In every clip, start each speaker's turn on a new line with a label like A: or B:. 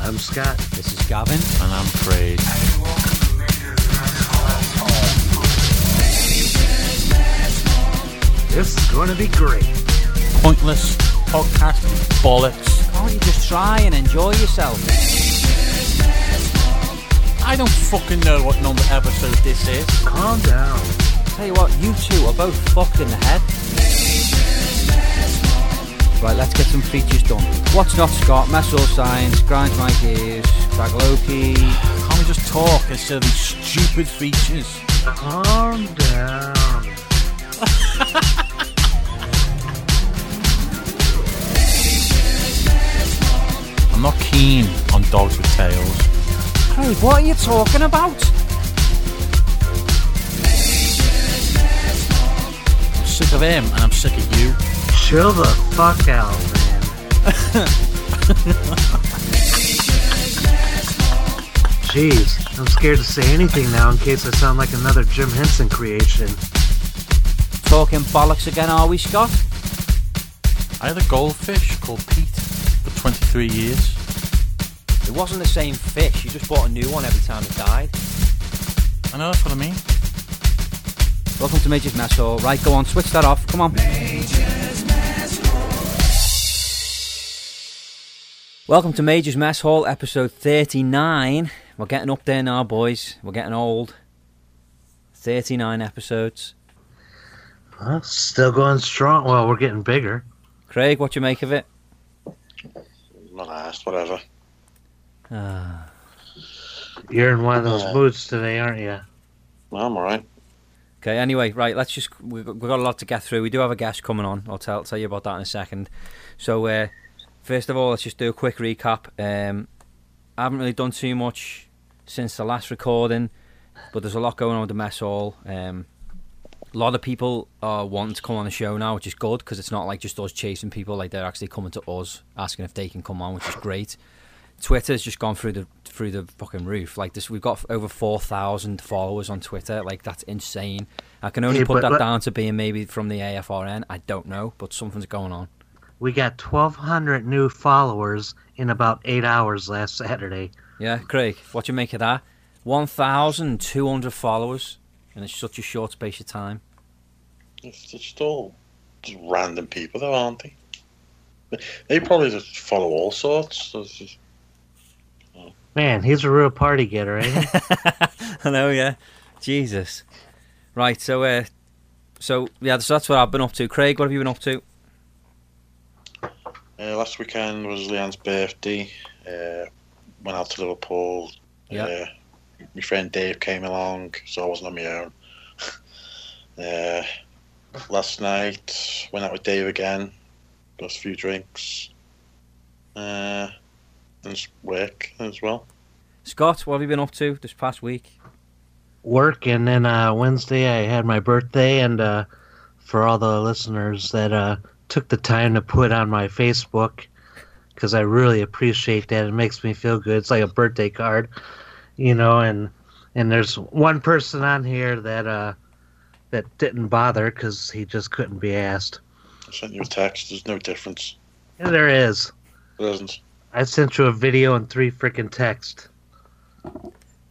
A: I'm Scott.
B: This is Gavin.
C: And I'm Craig.
A: This is going to be great.
C: Pointless podcast bollocks.
B: Can't you just try and enjoy yourself?
C: I don't fucking know what number episode this is.
A: Calm down.
B: Tell you what, you two are both fucked in the head. Right, let's get some features done. What's not Scott? Muscle science, grind my gears, Bagloki.
C: Can't we just talk instead of these stupid features?
A: Calm down.
C: I'm not keen on dogs with tails.
B: Craig, what are you talking about?
C: I'm sick of him and I'm sick of you.
A: Chill the fuck out, man. Jeez, I'm scared to say anything now in case I sound like another Jim Henson creation.
B: Talking bollocks again, are we, Scott?
C: I had a goldfish called Pete for 23 years.
B: It wasn't the same fish. You just bought a new one every time it died.
C: I know that's what I mean.
B: Welcome to Major's Mess Hall. Right, go on, switch that off. Come on. Welcome to Major's Mess Hall, episode 39. We're getting up there now, boys. We're getting old. 39 episodes.
A: Huh? Still going strong. Well, we're getting bigger.
B: Craig, what you make of it?
D: Not asked, whatever.
B: Ah,
A: You're in one of those
D: Uh.
A: moods today, aren't you?
D: No, I'm alright.
B: okay, anyway, right, let's just. We've got, we've got a lot to get through. We do have a guest coming on. I'll tell, tell you about that in a second. So, uh, first of all, let's just do a quick recap. Um, I haven't really done too much since the last recording, but there's a lot going on with the mess hall. Um, a lot of people are wanting to come on the show now, which is good because it's not like just us chasing people; like they're actually coming to us asking if they can come on, which is great. Twitter's just gone through the through the fucking roof. Like this, we've got over four thousand followers on Twitter. Like that's insane. I can only
A: Yeah,
B: put
A: but
B: that
A: let-
B: down to being maybe from the AFRN. I don't know, but something's going on.
A: We got 1,200 new followers in about eight hours last Saturday.
B: Yeah, Craig, what do you make of that? 1,200 followers in such a short space of time.
D: It's just all just random people, though, aren't they? They probably just follow all sorts. so it's just-
A: Man, he's a real party getter, ain't he?
B: I know, yeah. Jesus. Right, so, uh, so yeah, so that's what I've been up to. Craig, what have you been up to?
D: Uh, last weekend was Leanne's birthday. Uh, went out to Liverpool.
B: Yeah.
D: Uh, my friend Dave came along, so I wasn't on my own. uh, last night, went out with Dave again. Got a few drinks. Uh, and s- work as well.
B: Scott, what have you been up to this past week?
A: work and then uh, Wednesday I had my birthday and uh, for all the listeners that uh, took the time to put on my Facebook because I really appreciate that. It makes me feel good. It's like a birthday card, you know. And and there's one person on here that uh, that didn't bother because he just couldn't be asked.
D: I sent you a text. There's no difference.
A: And there is.
D: There isn't.
A: I sent you a video and three freaking text.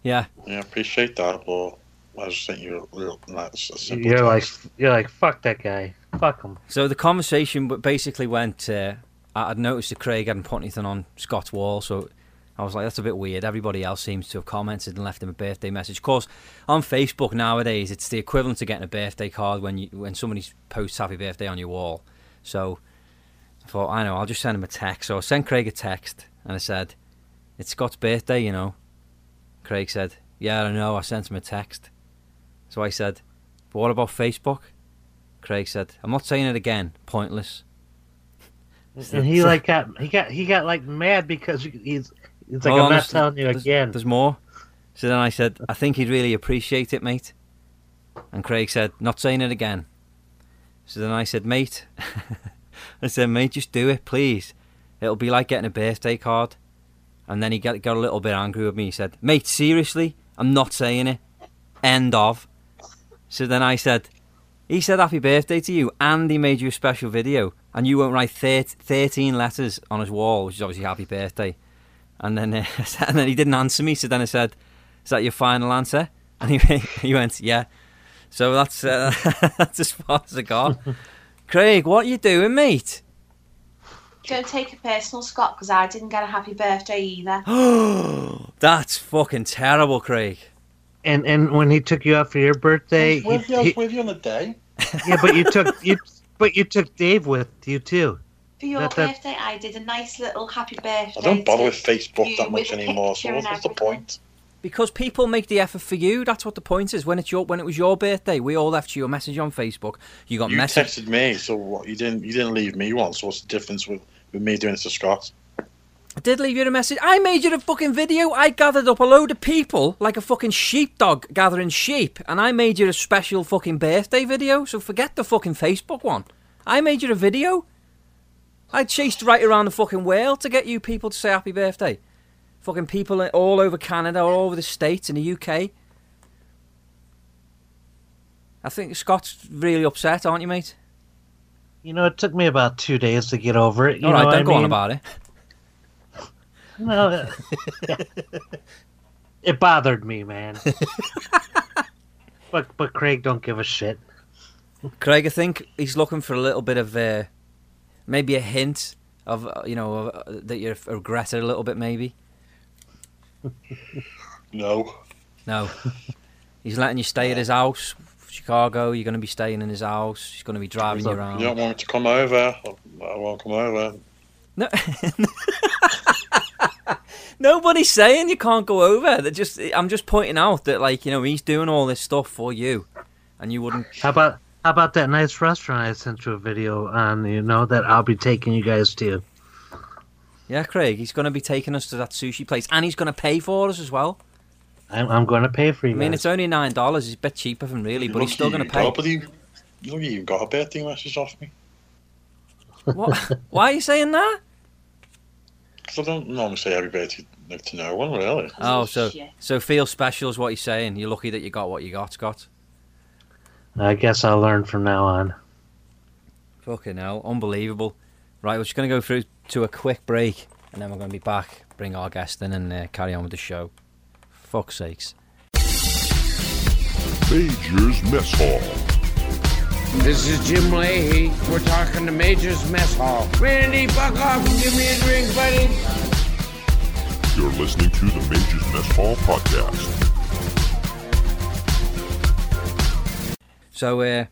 B: Yeah,
D: Yeah, I appreciate that, but I just think you're a little nice. a simple
A: You're like
D: task.
A: you're like fuck that guy. Fuck him.
B: so the conversation w- basically went, uh, I- I'd noticed that Craig hadn't put anything on Scott's wall, so I was like, that's a bit weird. Everybody else seems to have commented and left him a birthday message. Of course, on Facebook nowadays, it's the equivalent to getting a birthday card when you when somebody posts happy birthday on your wall. So I thought, I know, I'll just send him a text. So I sent Craig a text and I said, It's Scott's birthday, you know. Craig said, Yeah, I know, I sent him a text. So I said, But what about Facebook? Craig said, I'm not saying it again, pointless.
A: And he like got he got he got like mad because he's he's like
B: Hold
A: I'm
B: on,
A: not
B: there's-
A: telling you
B: there's-
A: again.
B: There's more. So then I said, I think he'd really appreciate it, mate. And Craig said, not saying it again. So then I said, mate, I said, mate, just do it, please. It'll be like getting a birthday card. And then he got, got a little bit angry with me. He said, mate, seriously, I'm not saying it. End of. So then I said, he said happy birthday to you, and he made you a special video, and you won't write 30, 13 letters on his wall, which is obviously happy birthday. And then uh, and then he didn't answer me. So then I said, "Is that your final answer?" And he went- he went, "Yeah." So that's uh, that's as far as I got. Craig, what you doing, mate?
E: Gonna take a personal, Scott, because I didn't get a happy birthday either.
B: that's fucking terrible, Craig.
A: And and when he took you out for your birthday,
D: I was with
A: he-
D: you, I was
A: he-
D: with you on the day.
A: yeah, but you took you, but you took Dave with you too.
E: For your
A: That- that-
E: birthday, I did a nice little happy birthday.
D: I don't bother with
E: to-
D: Facebook
E: you
D: that much
E: with a
D: anymore, so
E: picture
D: what's,
E: and
D: what's the
E: everything.
D: point?
B: Because people make the effort for you. That's what the point is. When it's your when it was your birthday, we all left you a message on Facebook. You got
D: You
B: message.
D: texted me, so what? You didn't. You didn't leave me one. So what's the difference with, with me doing it to Scott?
B: I did leave you a message. I made you a fucking video. I gathered up a load of people like a fucking sheepdog gathering sheep, and I made you a special fucking birthday video. So forget the fucking Facebook one. I made you a video. I chased right around the fucking world to get you people to say happy birthday. Fucking people all over Canada, all over the States and the UK. I think Scott's really upset, aren't you, mate?
A: You know, it took me about two days to get over it. You
B: all
A: know,
B: right, don't
A: I
B: go on
A: mean,
B: about it.
A: No, uh, it bothered me, man. but but Craig don't give a shit.
B: Craig, I think he's looking for a little bit of uh, maybe a hint of uh, you know uh, that you regret it a little bit. Maybe
D: No.
B: no, he's letting you stay at his house, Chicago. You're going to be staying in his house. He's going to be driving you
A: Look,
B: around.
D: You don't want me to come over. I I won't come over.
B: No. Nobody's saying you can't go over. They're just I'm just pointing out that like you know he's doing all this stuff for you, and you wouldn't.
A: How about how about that nice restaurant I sent you a video on? You know that I'll be taking you guys to.
B: Yeah, Craig, he's going to be taking us to that sushi place, and he's going to pay for us as well.
A: I'm, I'm going to pay for you.
B: I mean,
A: guys.
B: it's only nine dollars. It's a bit cheaper than really, but he's
D: Lucky
B: still going to
D: you
B: pay.
D: got- but you- you even got a birthday message off me
B: What? Why are you saying that?
D: because I don't normally say happy birthday to, to no one really.
B: Oh, so
E: Shit.
B: so feel special is what you're saying. You're lucky that you got what you got, Scott.
A: I guess I'll learn from now on.
B: Fucking hell, unbelievable. Right, we're just going to go through to a quick break, and then we're going to be back, bring our guest in, and uh, carry on with the show. Fuck's sakes.
F: Major's Mess Hall.
G: This is Jim Leahy. We're talking to Major's Mess Hall. Randy, fuck off and give me a drink, buddy.
F: You're listening to the Major's Mess Hall podcast.
B: So, uh,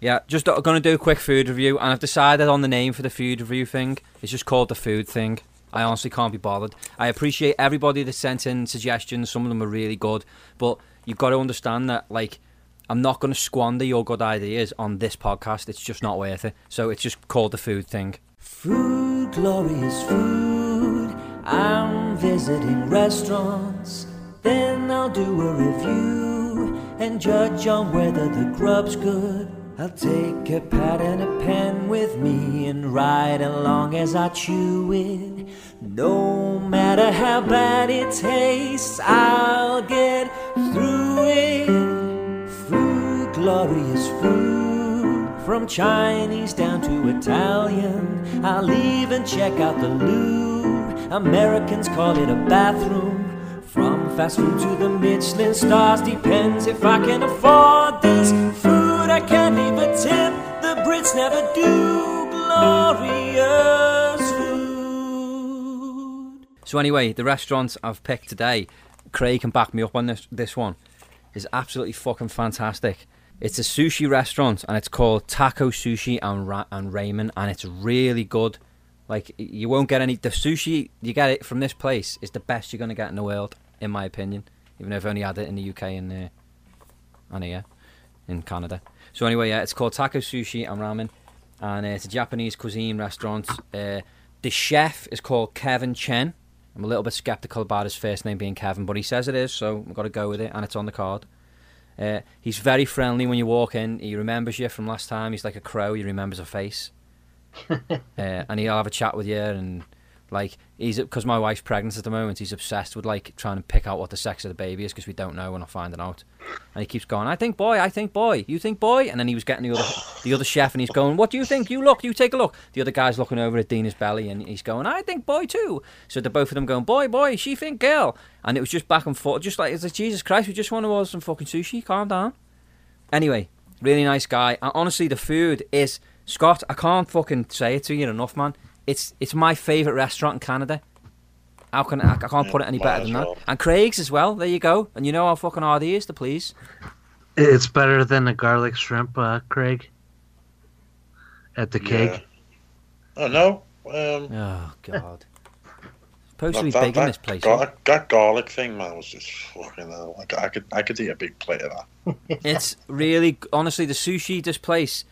B: yeah, just going to do a quick food review, and I've decided on the name for the food review thing. It's just called the food thing. I honestly can't be bothered. I appreciate everybody that sent in suggestions. Some of them are really good, but you've got to understand that, like, I'm not going to squander your good ideas on this podcast. It's just not worth it. So it's just called the food thing. Food, glorious food. I'm visiting restaurants. Then I'll do a review and judge on whether the grub's good. I'll take a pad and a pen with me and ride along as I chew it. No matter how bad it tastes, I'll get through it. Food, glorious food, from Chinese down to Italian. I'll even check out the loo. Americans call it a bathroom. From fast food to the Michelin stars, depends if I can afford this food. I can't leave a tip. The Brits never do glorious food. So anyway, the restaurants I've picked today, Craig can back me up on this. This one is absolutely fucking fantastic. It's a sushi restaurant and it's called Taco Sushi and Ra- and Ramen, and it's really good. Like y- you won't get any. The sushi you get it from this place is the best you're gonna get in the world, in my opinion. Even though I've only had it in the UK and uh, and here in Canada. So anyway, yeah, it's called Taco Sushi and Ramen, and uh, it's a Japanese cuisine restaurant. Uh, the chef is called Kevin Chen. I'm a little bit skeptical about his first name being Kevin, but he says it is, so we've got to go with it, and it's on the card. Uh, he's very friendly when you walk in. He remembers you from last time. He's like a crow. He remembers a face, uh, and he'll have a chat with you and Like he's because my wife's pregnant at the moment. He's obsessed with like trying to pick out what the sex of the baby is because we don't know. We're not finding out, and he keeps going. I think boy. I think boy. You think boy? And then he was getting the other the other chef, and he's going, "What do you think? You look. You take a look." The other guy's looking over at Dina's belly, and he's going, "I think boy too." So the both of them going, "Boy, boy. She think girl." And it was just back and forth, just like it's like Jesus Christ. We just want to order some fucking sushi. Calm down. Anyway, really nice guy. And honestly, the food is Scott. I can't fucking say it to you enough, man. It's it's my favorite restaurant in Canada. How can I, I can't put it any
D: Might
B: better
D: as
B: than
D: well.
B: that? And Craig's as well. There you go. And you know how fucking hard he is to please.
A: It's better than the garlic shrimp, uh, Craig. At the
D: Yeah.
A: cake.
D: Oh no. Um,
B: Oh God. Supposed to be
D: that,
B: big
D: that,
B: in
D: that,
B: this place.
D: gar-
B: isn't
D: that garlic thing, man, was just fucking hell. Like, I could, I could eat a big plate of that.
B: it? It's really honestly the sushi. This place.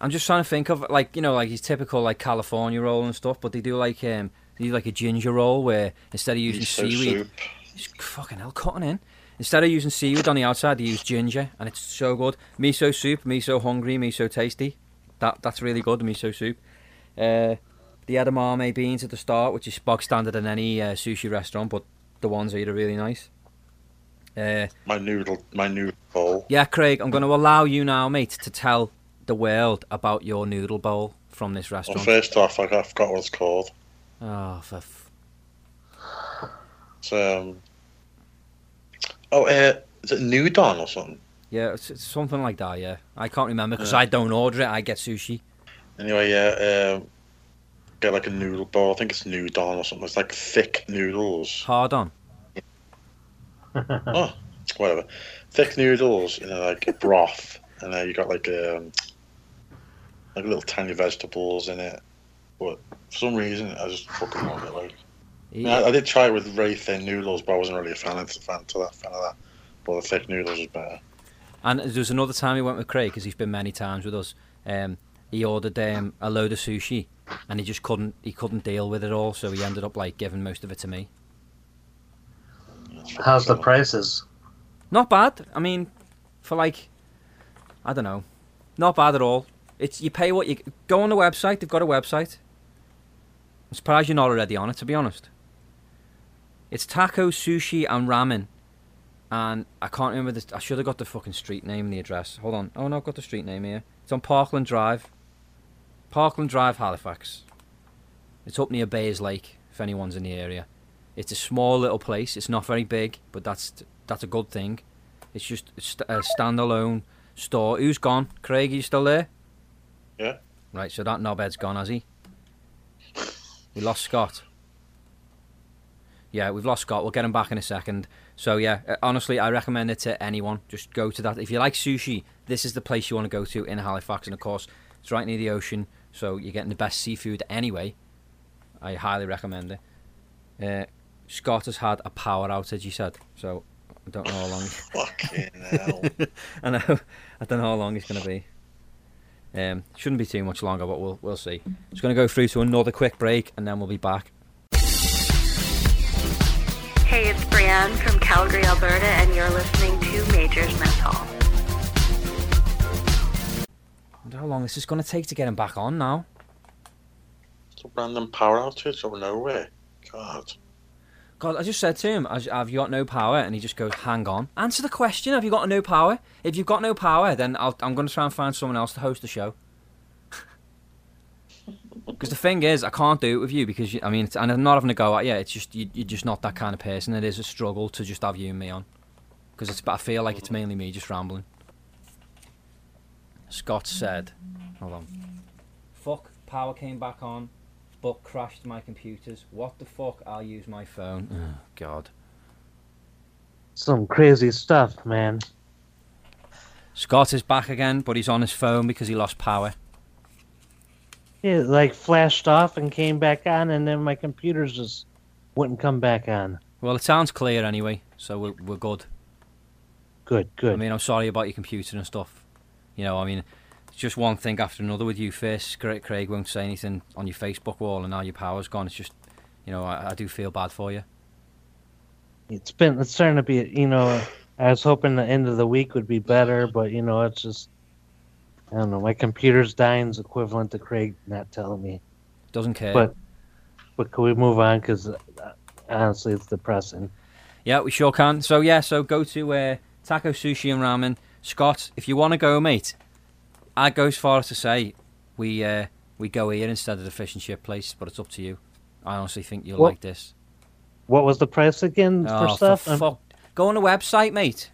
B: I'm just trying to think of like you know like his typical like California roll and stuff, but they do like um they do like a ginger roll where instead of using
D: Miso
B: seaweed,
D: soup.
B: It's fucking hell cutting in. Instead of using seaweed on the outside, they use ginger, and it's so good. Miso soup, miso hungry, miso tasty. That that's really good. The miso soup. Uh, the edamame beans at the start, which is bog standard in any uh, sushi restaurant, but the ones here are really nice. Uh,
D: My noodle, my noodle bowl.
B: yeah, Craig, I'm going to allow you now, mate, to tell the world about your noodle bowl from this
D: Well,
B: restaurant.
D: first off, I got- I forgot what it's called.
B: Oh, for f-
D: It's, um, oh, uh, is it Nudon or something?
B: yeah, it's, it's something like that. Yeah, I can't remember because
D: Yeah.
B: I don't order it. I get sushi.
D: Anyway, yeah, um, get like a noodle bowl. I think it's Nudon or something. It's like thick noodles.
B: Hard on.
D: oh, whatever. Thick noodles in a, like broth, and then you got like um, like little tiny vegetables in it. But for some reason, I just fucking love it. Like, I, mean, I, I did try it with very thin noodles, but I wasn't really a fan of, fan to that fan of that. But the thick noodles is better.
B: And there was another time he went with Craig because he's been many times with us. Um, he ordered um, a load of sushi, and he just couldn't he couldn't deal with it all. So he ended up like giving most of it to me.
D: It's fucking
A: How's the
D: killer.
A: prices?
B: Not bad. I mean, for like, I don't know, not bad at all. It's you pay what you go on the website. They've got a website. I'm surprised you're not already on it. To be honest, it's taco, sushi, and ramen. And I can't remember this. I should have got the fucking street name and the address. Hold on. Oh no, I've got the street name here. It's on Parkland Drive. Parkland Drive, Halifax. It's up near Bayes Lake. If anyone's in the area, it's a small little place. It's not very big, but that's that's a good thing. It's just a st- a standalone store. Who's gone? Craig, you still there?
D: Yeah.
B: Right, so that knobhead's gone, has he? We lost Scott. Yeah, we've lost Scott. We'll get him back in a second. So yeah, uh, honestly, I recommend it to anyone. Just go to that if you like sushi. This is the place you want to go to in Halifax, and of course, it's right near the ocean, so you're getting the best seafood anyway. I highly recommend it. Uh, Scott has had a power outage. He said so. I don't know how long.
D: Fucking hell.
B: I know. I don't know how long it's going to be. Um, shouldn't be too much longer, but we'll we'll see. It's going to go through to another quick break, and then we'll be back.
H: Hey, it's Brianne from Calgary, Alberta, and you're listening to Majors Mess Hall.
B: I wonder how long this is going to take to get him back on now.
D: It's a random power outage out of nowhere. God.
B: God, I just said to him, "Has- "Have you got no power?" And he just goes, "Hang on, answer the question. Have you got no power? If you've got no power, then I'll, I'm going to try and find someone else to host the show." Because the thing is, I can't do it with you because you, I mean, it's, and I'm not having a go at you. It's just you, you're just not that kind of person. It is a struggle to just have you and me on because it's. But I feel like it's mainly me just rambling. Scott said, "Hold on, fuck." Power came back on but crashed my computers. What the fuck? I'll use my phone. Oh, God.
A: Some crazy stuff, man.
B: Scott is back again, but he's on his phone because he lost power.
A: It like flashed off and came back on, and then my computers just wouldn't come back on.
B: Well, it sounds clear anyway, so we're, we're good.
A: Good, good.
B: I mean, I'm sorry about your computer and stuff. You know, I mean, it's just one thing after another with you. First, Cra- Craig won't say anything on your Facebook wall, and now your power's gone. It's just, you know, I, I do feel bad for you.
A: it's been it's starting to be you know i was hoping the end of the week would be better but you know it's just i don't know my computer's dying's equivalent to craig not telling me
B: Doesn't care.
A: But- but can we move on? Because honestly, it's depressing.
B: Yeah, we sure can. So yeah, so go to uh, Taco Sushi and Ramen. Scott, if you want to go, mate, I'd go as far as to say we uh, we go here instead of the fish and chip place, but it's up to you. I honestly think you'll
A: Well,
B: like this.
A: What was the price again for
B: Oh,
A: stuff?
B: for
A: Um,
B: fuck. Go on the website, mate.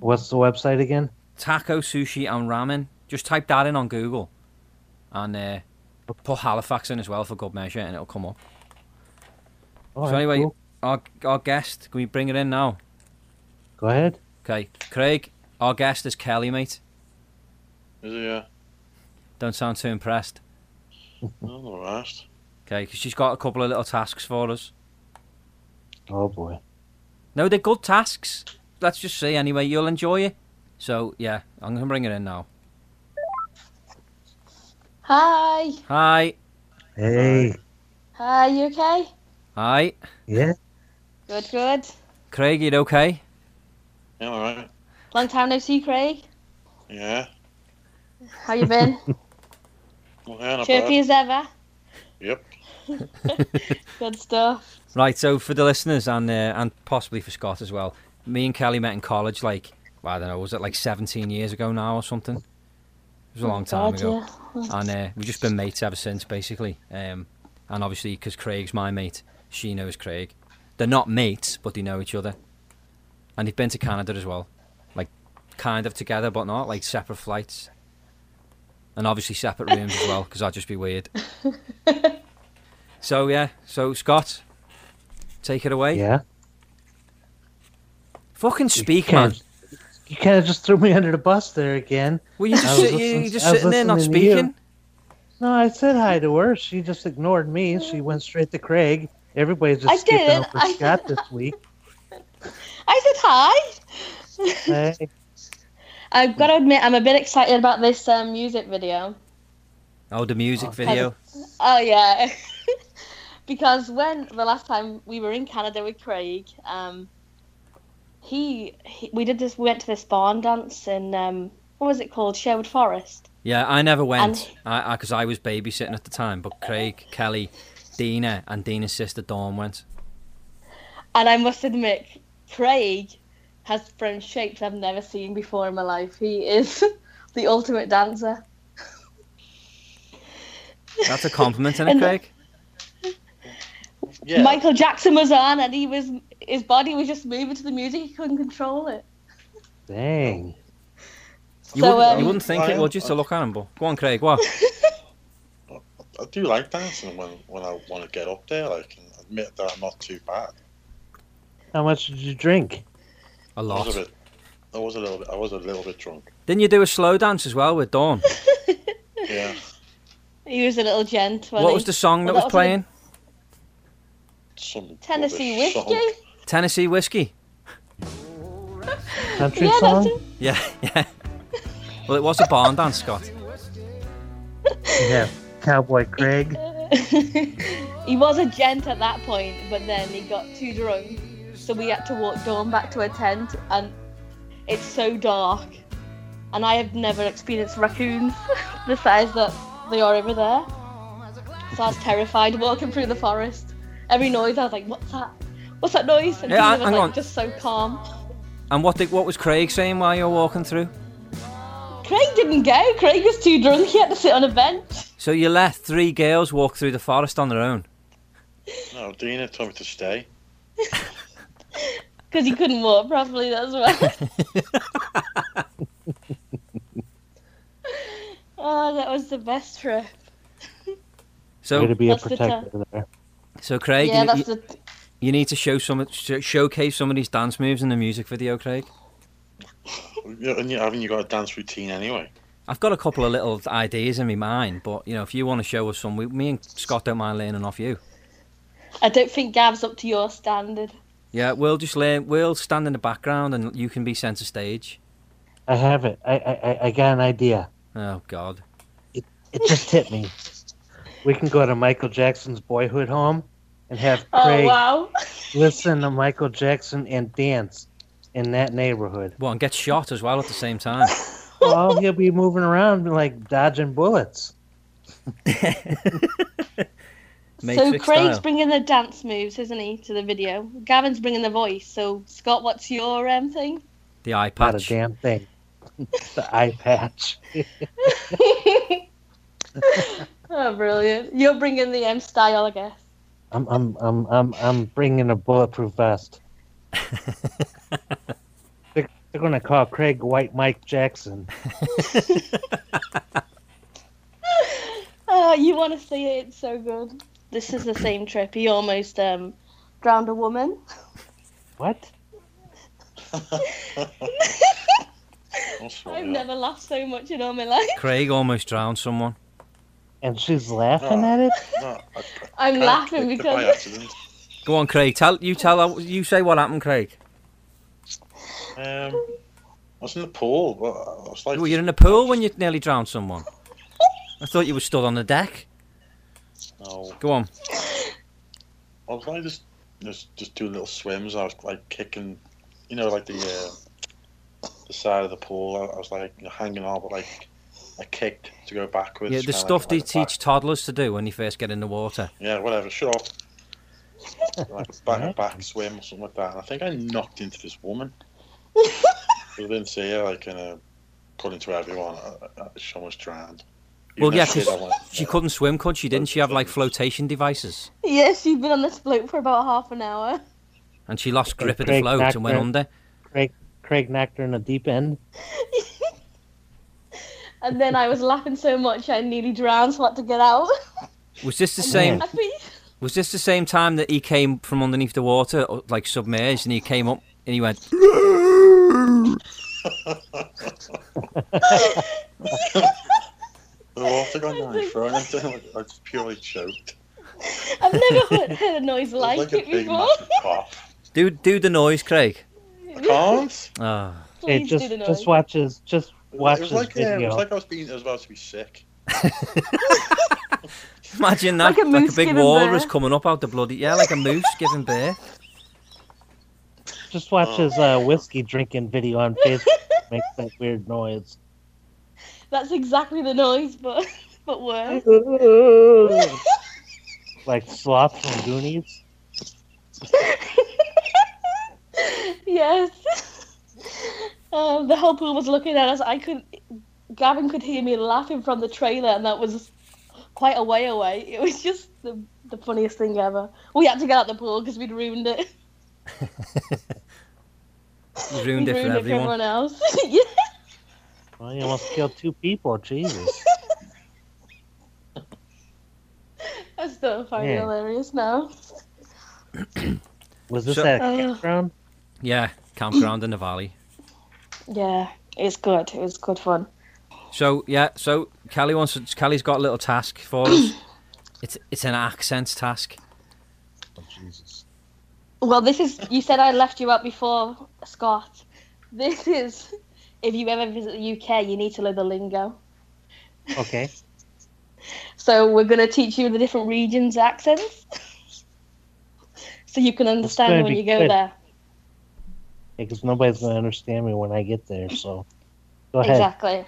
A: What's the website again?
B: Taco Sushi and Ramen. Just type that in on Google, and uh, put Halifax in as well for good measure, and it'll come up.
A: All
B: so
A: right,
B: anyway,
A: cool.
B: our our guest, can we bring it in now?
A: go ahead.
B: Okay, Craig, our guest is Kelly, mate.
D: Is it, yeah?
B: Don't sound too impressed.
D: Oh, the worst.
B: Okay, because she's got a couple of little tasks for us.
A: Oh boy.
B: No, they're good tasks. Let's just see anyway. You'll enjoy it. So yeah, I'm gonna bring it in now.
E: Hi.
B: Hi,
A: Hey.
E: Hi, you okay?
B: hi,
A: Yeah.
E: Good, good.
B: Craig. You okay?
D: Yeah, alright.
E: Long time no see, Craig.
D: Yeah.
E: How you been?
D: Well, yeah, not bad.
E: Chirpy as ever.
D: Yep.
E: Good stuff.
B: Right. So for the listeners and uh, and possibly for Scott as well, me and Kelly met in college. Like I don't know, was it like 17 years ago now or something? It was a long time
E: Oh God,
B: ago.
E: yeah.
B: and uh, we've just been mates ever since, basically. Um, and obviously, because Craig's my mate, she knows Craig. They're not mates, but they know each other. And they've been to Canada as well, like kind of together, but not like separate flights. And obviously separate rooms as well, because I'd just be weird. so yeah, so Scott, take it away.
A: Yeah.
B: Fucking speak,
A: kinda-
B: man.
A: You kind of just threw me under the bus there again.
B: Were you
A: I
B: just,
A: was
B: sit, you, you
A: listening-
B: just
A: I was
B: sitting there not
A: listening to you.
B: speaking?
A: No, I said hi to her. She just ignored me. She went straight to Craig. Everybody's just
E: I
A: skipping
E: didn't.
A: over
E: I-
A: Scott this week.
E: I said hi.
A: Hey.
E: I've got to admit, I'm a bit excited about this um, music video.
B: Oh, the music video.
E: Oh yeah, because when the last time we were in Canada with Craig, um, he, he we did this. We went to this barn dance in um, what was it called? Sherwood Forest.
B: Yeah, I never went because I, I, 'cause I was babysitting at the time. But Craig, Kelly, Dina, and Dina's sister Dawn went.
E: And I must admit, Craig has French shapes I've never seen before in my life. He is the ultimate dancer.
B: That's a compliment, isn't it,
E: And-
B: Craig?
D: Yeah.
E: Michael Jackson was on, and he was his body was just moving to the music. He couldn't control it.
A: Dang.
B: You,
E: so
B: wouldn't,
E: um,
B: you wouldn't think it,
D: Ryan,
B: would you, to
D: uh,
B: look at him? But go on, Craig. What?
D: I do like dancing when, when I want to get up there. I can admit that I'm not too bad.
A: How much did you drink?
B: A
D: I was
B: lot.
D: a bit. I was a little bit. I was a little bit drunk.
B: Didn't you do a slow dance as well with Dawn?
D: Yeah.
E: he was a little gent. wasn't
B: what
E: he?
B: was the song
E: Well,
B: that was,
E: that was a-
B: playing?
D: Some
E: Tennessee
D: rubbish
E: whiskey?
D: song.
B: Tennessee whiskey.
A: Country
E: Yeah, that's
A: song?
E: it.
B: Yeah, yeah. Well, it was a barn dance, Scott.
A: Yeah. Cowboy Craig.
E: he was a gent at that point, but then he got too drunk, so we had to walk Dawn back to her tent, and it's so dark. And I have never experienced raccoons the size that they are over there. So I was terrified walking through the forest. Every noise, I was like, "What's that? What's that noise?" And
B: Yeah,
E: Dina
B: hang-
E: was
B: hang
E: like,
B: on.
E: just so calm.
B: And what did, what was Craig saying while you were walking through?
E: Craig didn't go. Craig was too drunk. He had to sit on a bench.
B: So you let three girls walk through the forest on their own.
D: No, Dina told me to stay.
E: Because he couldn't walk properly, that's why. oh, that was the best trip.
A: Way
B: So,
A: to be a
E: That's the
A: protector there.
B: so Craig,
E: yeah,
B: you-
E: that's
B: you,
E: the.
B: You need to show some, sh- showcase some of these dance moves in the music video, Craig.
D: You know, And you, haven't you got a dance routine anyway?
B: I've got a couple of little ideas in my mind, but you know, if you want to show us some, we, me and Scott don't mind learning off you.
E: I don't think Gav's up to your standard.
B: Yeah, we'll just learn. We'll stand in the background, and you can be centre stage.
A: I have it. I, I, I- I got an idea.
B: Oh God,
A: It just hit me. We can go to Michael Jackson's boyhood home and have
E: Oh
A: Craig
E: wow!
A: listen to Michael Jackson and dance in that neighborhood.
B: well, and get shot as well at the same time.
A: Well, he'll be moving around like dodging bullets.
E: so
B: Matrix
E: Craig's
B: style.
E: bringing the dance moves, isn't he, to the video? Gavin's bringing the voice. So Scott, what's your um thing?
B: The eye
A: Not
B: patch.
A: a damn thing. the eye patch.
E: oh, brilliant! You're bringing the um style, I guess.
A: I'm I'm I'm I'm I'm bringing a bulletproof vest. they're, they're gonna call Craig White Mike Jackson.
E: Oh, you want to see it? It's so good. This is the same trip. He almost um drowned a woman.
A: What?
D: That's funny,
E: I've
D: yeah.
E: never laughed so much in all my life.
B: Craig almost drowned someone.
A: And she's laughing at it.
D: No, I- I
E: I'm
D: can't
E: laughing
D: predict it
E: because
D: by accident.
B: Go on, Craig. Tell you tell you say what happened, Craig.
D: Um, I was in the pool. But I was like,
B: Were you in the pool when you nearly drowned someone? I thought you were stood on the deck.
D: no,
B: Go on.
D: I was like just just just doing little swims. I was like kicking, you know, like the uh, the side of the pool. I, I was like you know, hanging on, but like I kicked to go backwards.
B: Yeah, the
D: kinda
B: stuff
D: like-
B: they
D: like a back-
B: teach toddlers to do when they first get in the water.
D: Yeah, whatever. Sure. like a back a back swim or something like that. And I think I knocked into this woman. I didn't see her. Like, and uh, according to everyone, uh, uh, she almost drowned.
B: Well,
D: Even
B: yeah,
D: if she
B: 'cause
D: did, I went, "Oh,
B: She
D: yeah.
B: couldn't swim, could she? Didn't she have like flotation devices?
E: yes, you've been on this float for about half an hour.
B: And she lost grip of the
A: Craig
B: float and went
A: Knackner.
B: under.
A: Craig Craig knocked her in the deep end.
E: And then I was laughing so much I nearly drowned, so I had to get out.
B: Was this the
E: Oh,
B: same?
E: I think-
B: Was this the same time that he came from underneath the water, or, like submerged, and he came up and he went?
D: The water got down my throat. and I was- I just purely choked.
E: I've never heard, heard a noise
D: It was
E: like,
D: like
E: it
D: a big
E: before.
D: massive pop.
B: Do do the noise, Craig.
D: I can't.
B: Ah,
A: Hey,
E: Please
A: just
E: do the noise.
A: just watch his just watch
D: it was
A: his
D: like yeah, it
A: video.
D: was like I was being I was about to be sick.
B: imagine that,
E: Like a
B: like a,
E: moose
B: big
E: giving
B: walrus
E: birth.
B: coming up out the bloody yeah, like a moose giving birth.
A: Just watch
D: Oh.
A: his uh, whiskey drinking video on Facebook. Makes that weird noise.
E: That's exactly the noise, but but worse.
A: like sloth from Goonies.
E: yes. Um, the whole pool was looking at us. I could, Gavin could hear me laughing from the trailer, and that was quite a way away. It was just the, the funniest thing ever. We had to get out the pool because we'd ruined it.
B: You ruined it for
E: We'd ruined it for
B: everyone.
E: everyone else. yeah.
A: Well, you almost killed two people. Jesus.
E: I still find it
A: Yeah.
E: hilarious now.
A: Was this
B: So-
A: at
E: Ugh.
A: a campground?
B: Yeah, campground in the valley.
E: Yeah, it's good. It was good fun.
B: So yeah, so Kelly wants. To, Kelly's got a little task for us. It's it's an accents task.
E: Well, this is. You said I left you out before, Scott. This is. If you ever visit the UK, you need to know the lingo.
A: Okay.
E: So we're going to teach you the different regions' accents, so you can
A: gonna
E: understand when
A: be
E: you go
A: good.
E: there.
A: Because nobody's going to understand me when I get there. So go ahead.
E: Exactly.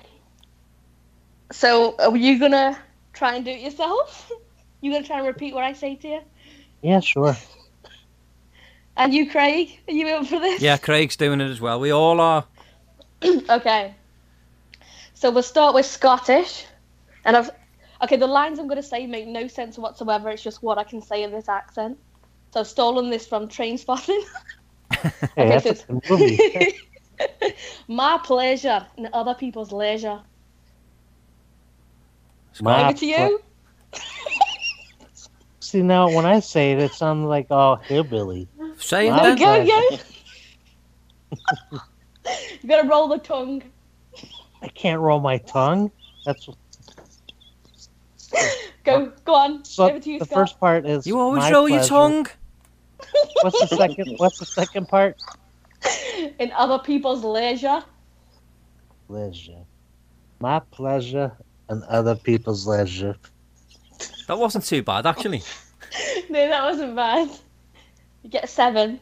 E: So are you going to try and do it yourself? You going to try and repeat what I say to you?
A: Yeah, sure.
E: And you, Craig, are you in for this?
B: Yeah, Craig's doing it as well. We all are.
E: Okay. So we'll start with Scottish, and I've okay. The lines I'm going to say make no sense whatsoever. It's just what I can say in this accent. So I've stolen this from Train Spotting.
A: Hey,
E: Okay,
A: that's
E: so
A: a good movie.
E: My pleasure and other people's leisure.
A: My
E: Over to you.
A: See now, when I say it, it sounds like all hillbilly.
B: Saying
A: Wow.
E: No,
B: that.
A: Pleasure.
E: go, go. you got to roll the tongue.
A: I can't roll my tongue. That's
E: Go, go on.
A: so.
E: Over to you,
A: the
E: Scott.
A: first part is
B: You always
A: my
B: roll your
A: pleasure.
B: tongue.
A: What's the second? What's the second part?
E: In other people's leisure.
A: Leisure. My pleasure and other people's leisure.
B: That wasn't too bad actually.
E: No, that wasn't bad. You get seven.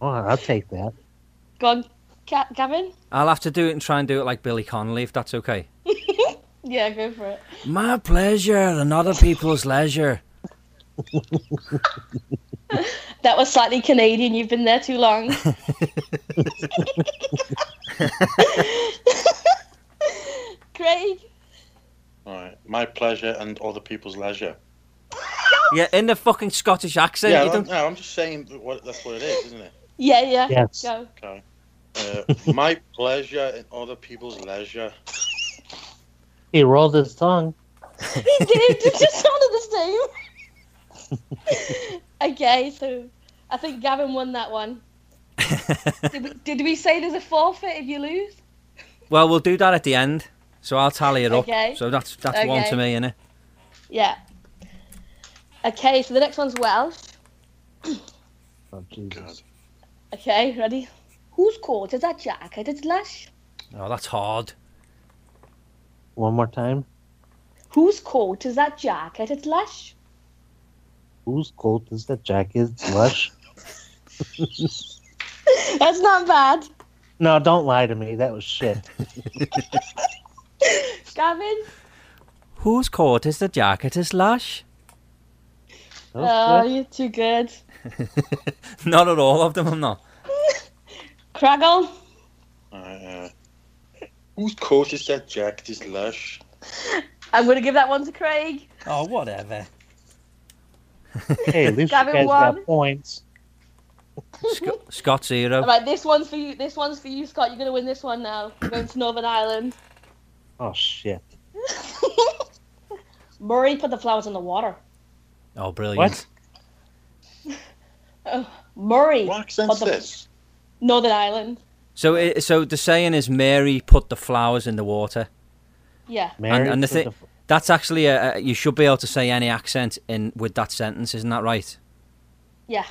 A: Oh, I'll take that.
E: Go on, Ca- Gavin.
B: I'll have to do it and try and do it like Billy Connolly if that's okay.
E: Yeah, go for it.
B: My pleasure and other people's leisure.
E: That was slightly Canadian. You've been there too long. Craig,
D: Right. My pleasure and other people's leisure.
B: Yeah, in the fucking Scottish accent.
D: yeah,
B: you
D: that-
B: don't...
D: no, I'm just saying that what, that's what it is, isn't it?
E: yeah, yeah,
A: Yes.
E: go.
D: Okay. Uh, my pleasure and other people's leisure.
A: He rolled his tongue.
E: He did. It just sounded the same. okay, so I think Gavin won that one. Did we, did we say there's a forfeit if you lose?
B: Well, we'll do that at the end. So I'll tally it up.
E: Okay.
B: So that's that's one
E: Okay.
B: to me, innit?
E: Yeah. Okay, so the next one's Welsh.
A: Oh,
D: God.
A: Jesus.
E: Okay, ready? Whose coat is that jacket? It's Lash.
B: Oh, that's hard.
A: One more time.
E: Whose coat is that jacket? It's Lash.
A: Whose coat is that jacket? It's Lush.
E: That's not bad.
A: no, don't lie to me. That was shit.
E: Gavin?
B: Whose coat is the jacket is lash?
A: That was
E: Oh,
A: good.
E: you're too good.
B: Not at all of them, I'm not.
E: Craggle?
D: Right, uh, whose coat is that jacket is lush?
E: I'm going to give that one to Craig.
B: Oh, whatever.
A: Hey, at least you
E: Gavin
A: guys
E: won.
A: got points.
B: Sc- Scott's hero.
E: All right, this one's for you. This one's for you, Scott. You're going to win this one now. We're going to Northern Ireland.
A: Oh shit.
E: Murray put the flowers in the water.
B: Oh, brilliant.
A: What?
E: Murray,
D: What accent's
E: What the-
D: this?
E: Northern Ireland.
B: So, i so the saying is Mary put the flowers in the water.
E: Yeah.
A: Mary
B: and the
A: put
B: thi- That's actually a, a you should be able to say any accent in with that sentence, isn't that right?
E: Yeah.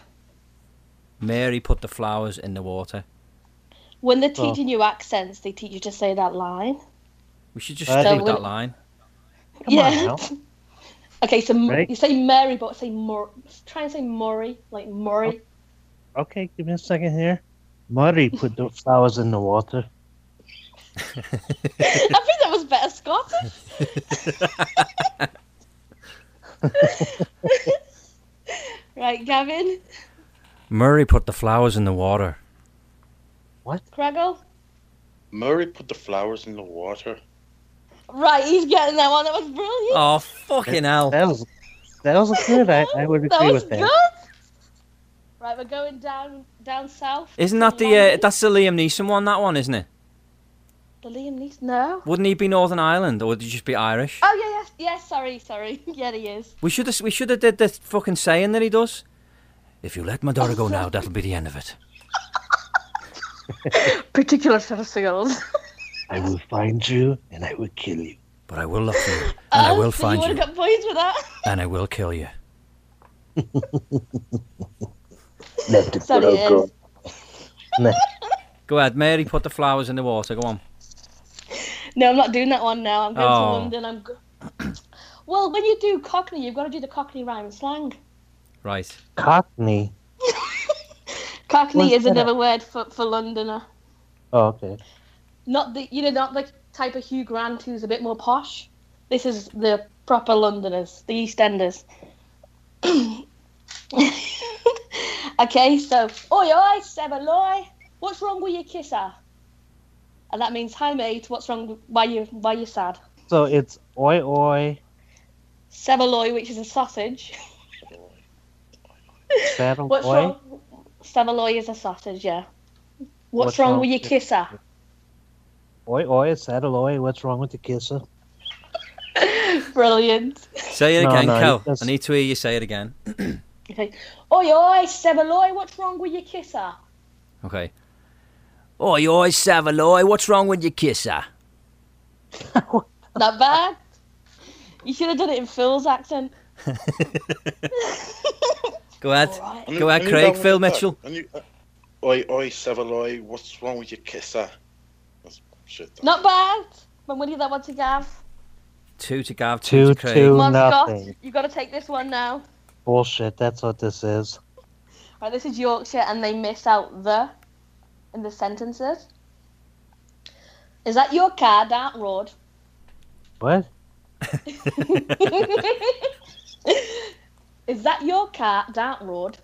B: Mary put the flowers in the water.
E: When they're
A: Well-
E: teaching you accents, they teach you to say that line.
B: We should just
A: I
B: stick
A: think-
B: with that line.
A: Come on now.
E: Okay, so m
A: Right?
E: you say Mary, but say Mur. Try and say Murray, like Murray.
A: Okay, give me a second here. Murray put the flowers in the water.
E: I
A: Oh.
E: think that was better Scottish. right, Gavin,
B: Murray put the flowers in the water.
E: Craggle.
D: Murray put the flowers in the water.
E: Right, he's getting that one. That was brilliant.
B: Oh fucking hell!
A: That was that was good. I, I would
E: that
A: agree
E: was
A: with
E: good.
A: that.
E: Right, we're going down down south.
B: Isn't that the uh,
E: London.
B: that's the Liam Neeson one? That one, isn't it?
E: the Liam Neeson? No.
B: Wouldn't he be Northern Ireland or would he just be Irish?
E: Oh yeah, yes, yes. Sorry, sorry. Yeah, he is.
B: We should have we should have did the fucking saying that he does. If you let my daughter go now, that'll be the end of it.
E: Particular set of skills.
A: I will find you and I will kill you.
B: But I will love you, and I will
E: so Oh, you
B: find
E: would
B: you,
E: have got points for that.
B: and I will kill you.
A: Let the
E: Sorry,
A: girl
E: it
A: go.
E: is.
A: Let-
B: Go ahead, Mary. Put the flowers in the water. Go on.
E: No, I'm not doing that one now. I'm going
B: Oh.
E: to London. I'm. Go- well, when you do Cockney, you've got to do the Cockney rhyme and slang.
B: Right.
A: Cockney.
E: Cockney
A: What's
E: is
A: that?
E: another word for, for Londoner.
A: Oh, okay.
E: Not the you know not the type of Hugh Grant who's a bit more posh. This is the proper Londoners, the EastEnders. okay, so oi oi Sebaloy, what's wrong with your kisser? And that means hi mate, what's wrong? with- Why you why you sad?
A: So it's oi oi,
E: Sebaloy, which is a sausage.
A: saddle
E: What's
A: oi.
E: wrong? Saveloy is a sausage, yeah. What's,
A: What's
E: wrong
A: wrong
E: with your
A: with
E: kisser?
A: Oi oi, saddle oi. What's wrong with the kisser?
E: Brilliant.
B: Say it
A: No,
B: again,
A: no,
B: Kel.
A: that's-
B: I need to hear you say it again.
E: Okay. Oi, oi, Saveloy, what's wrong with your kisser?
B: Okay. Oh, you always Savaloy. What's wrong with your kisser?
E: Not bad. You should have done it in Phil's accent.
B: Go ahead.
E: Alright.
D: And
B: Go
D: who-
B: ahead,
D: and who
B: Craig,
D: that one
B: Phil
D: was that?
B: Mitchell.
D: And you- uh, Oi, oi, Savaloy, what's wrong with your kisser? That's shit. that.
E: Not bad. I'm going to give that one to Gav.
B: Two to Gav. Two,
A: Two
B: to Craig.
A: two
E: Come on,
A: nothing.
E: Scott. You've got to take this one now.
A: Bullshit. That's what this is.
E: Right, this is Yorkshire, and they miss out the in the sentences. Is that your car, that road?
A: What?
E: is that your car down road?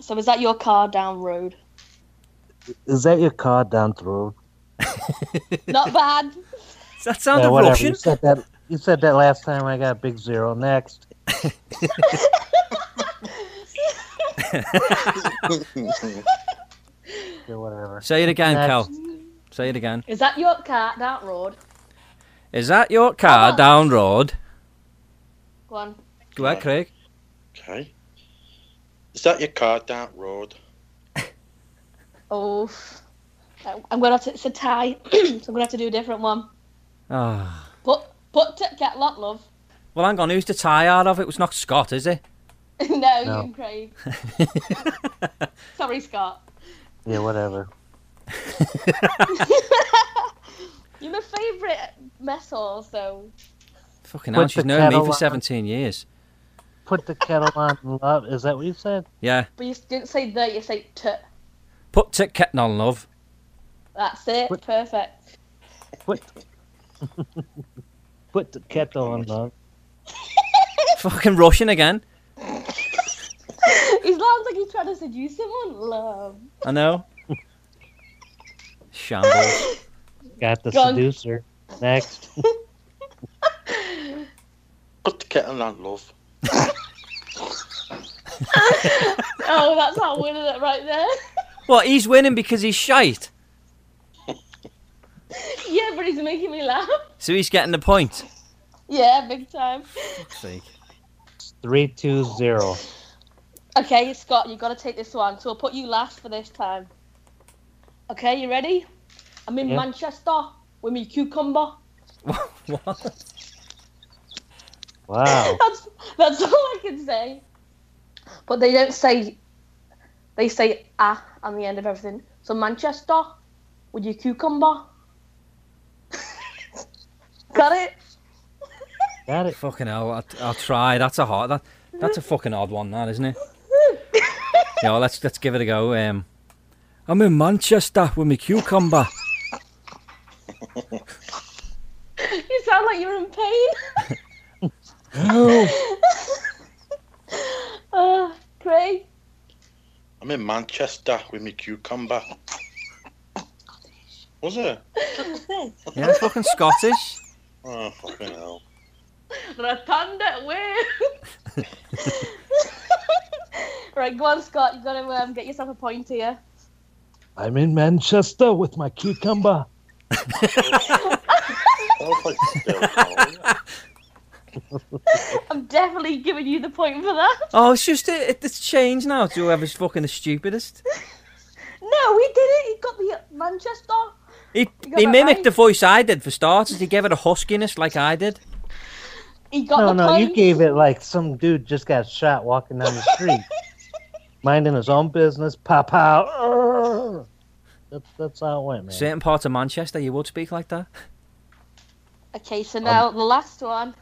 E: So is that your car down road?
A: Is that your car down the road?
E: Not bad.
B: Does that sound
A: yeah,
B: of
A: whatever.
B: Russian?
A: You said that. You said that last time. I got big zero. Next, or whatever.
B: Say it again,
A: Next.
B: Cal. Say it again.
E: Is that your car down road?
B: Is that your car
E: on.
B: down road?
E: Go on.
B: Go ahead, Craig.
D: Okay. Is that your car down road?
E: Oh, I'm gonna have to. It's a tie, so I'm gonna have to do a different one.
B: Ah.
E: Put put to get lot love.
B: Well, hang on. Who's the tie out of? It was not Scott, is it?
E: no,
A: No.
E: you and Craig. Sorry, Scott.
A: Yeah, whatever.
E: You're my favourite mess hall, so
B: Fucking
A: Put
B: hell, she's
A: the
B: known me
A: kettle
B: for
A: on.
B: 17 years.
A: Put the kettle on. Love. Is that what you said?
B: Yeah.
E: but you didn't say the, you say t.
B: Put tick kettle on, love.
E: That's it.
A: What?
E: Perfect.
A: Put. Put the kettle on. Love.
B: Fucking Russian again.
E: He sounds like he's trying to seduce someone. Love.
B: I know. Shambles.
A: Got the
E: Gone.
A: seducer. Next.
D: Put the kettle on, love.
E: Oh, that's how winning it right there.
B: well, he's winning because he's shite.
E: yeah, but he's making me laugh.
B: So he's getting the point.
E: Yeah, big time.
B: Sake.
A: Three two zero.
E: Okay, Scott, you've got to take this one. So I'll put you last for this time. Okay, you ready? I'm in
A: Yeah.
E: Manchester with me cucumber.
B: what?
A: Wow.
E: That's that's all I can say. But they don't say. They say ah on the end of everything. So Manchester with your cucumber. got it?
A: Got it.
B: Fucking hell, I, I'll try. That's a hard. That, that's a fucking odd one, that isn't it? yeah, well, let's let's give it a go. Um, I'm in Manchester with my cucumber.
E: You sound like you're in pain. uh, Craig.
D: I'm in Manchester with me cucumber. Was it?
B: Yeah, it's fucking Scottish.
D: Oh, fucking hell.
E: Rotunda win. right, go on, Scott. You've got to um, get yourself a point here.
A: I'm in Manchester with my cucumber.
D: That was like Bill Connolly.
E: I'm definitely giving you the point for that.
B: Oh, it's just it, it's changed now to whoever's fucking the stupidest.
E: No, he did it. He got the Manchester.
B: He,
E: got
B: he
E: that
B: mimicked
E: right.
B: the voice I did for starters. He gave it a huskiness like I did.
E: He got
A: No,
E: the
A: no,
E: point.
A: you gave it like some dude just got shot walking down the street, minding his own business. Pop out. Arrgh. That's that's how it went, man.
B: Certain parts of Manchester, you would speak like that.
E: Okay, so now
A: Um,
E: the last one.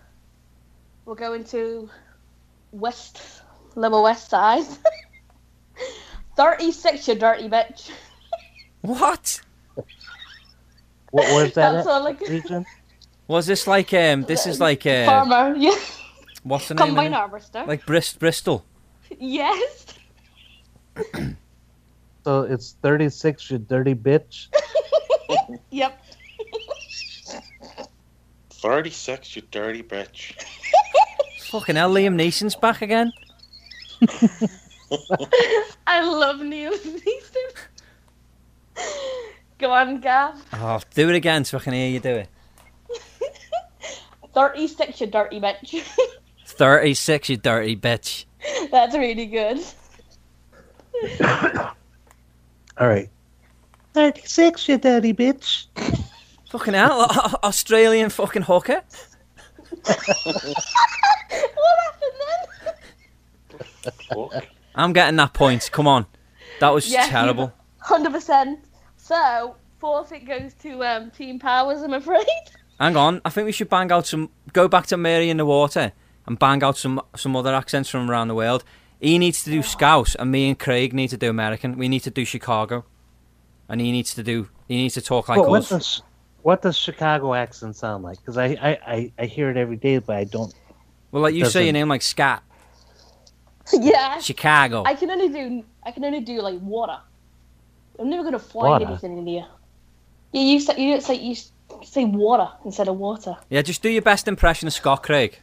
E: We're going to West, Lower West Side. 36, you dirty bitch.
B: What
A: Wh- where's that
E: That's
A: at?
E: all I can.
A: region?
B: was this like? Um, this is like uh,
E: Farmer, yeah.
B: what's the name?
E: Combine
B: of it?
E: harvester.
B: Like Brist- Bristol.
E: yes.
A: So it's 36, you dirty bitch.
E: Yep.
D: 36, you dirty bitch.
B: Fucking hell, Liam Neeson's back again.
E: I love Neil Neeson. Go on, Gav.
B: Oh, do it again so I can hear you do it.
E: 36, you dirty bitch.
B: 36, you dirty bitch.
E: That's really good.
A: All right. 36, you dirty bitch.
B: Fucking hell, a- a- Australian fucking hooker.
E: What happened then?
D: Fuck.
B: I'm getting that point. Come on. That was
E: Yeah, you-
B: terrible.
E: 100%. So, forfeit goes to um, Team Powers, I'm afraid.
B: Hang on. I think we should bang out some. Go back to Mary in the Water and bang out some, some other accents from around the world. He needs to
E: Oh.
B: do Scouse, and me and Craig need to do American. We need to do Chicago. And he needs to do. He needs to talk like
A: What, what,
B: us.
A: does, What does Chicago accent sound like? Because I, I, I, I hear it every day, but I don't.
B: Well, like you say your
A: Doesn't-
B: name like Scat,
E: yeah.
B: Chicago.
E: I can only do I can only do like water. I'm never gonna fly
A: Water?
E: anything in here. Yeah, you say you don't say you s- say water instead of water.
B: Yeah, just do your best impression of Scott Craig.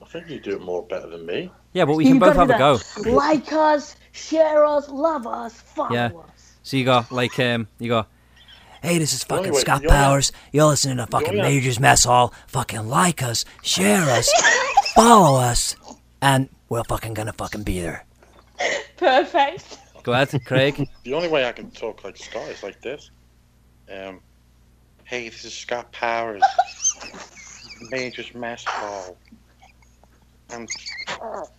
D: I think you do it more better than me.
B: Yeah, but we
E: You
B: can both
E: gotta
B: have
E: do
B: a go.
E: that. Like us, share us, love us, follow
B: Yeah.
E: us.
B: So you go like um, you go. Hey, this is fucking
D: wait,
B: Scott
D: you're not-
B: Powers. You're listening to fucking
D: not-
B: Majors Mess Hall. Fucking like us, share us, follow us, and we're fucking gonna fucking be there.
E: Perfect.
B: Go ahead, Craig.
D: The only way I can talk like Scott is like this. Um, hey, this is Scott Powers. Major's mess hall. And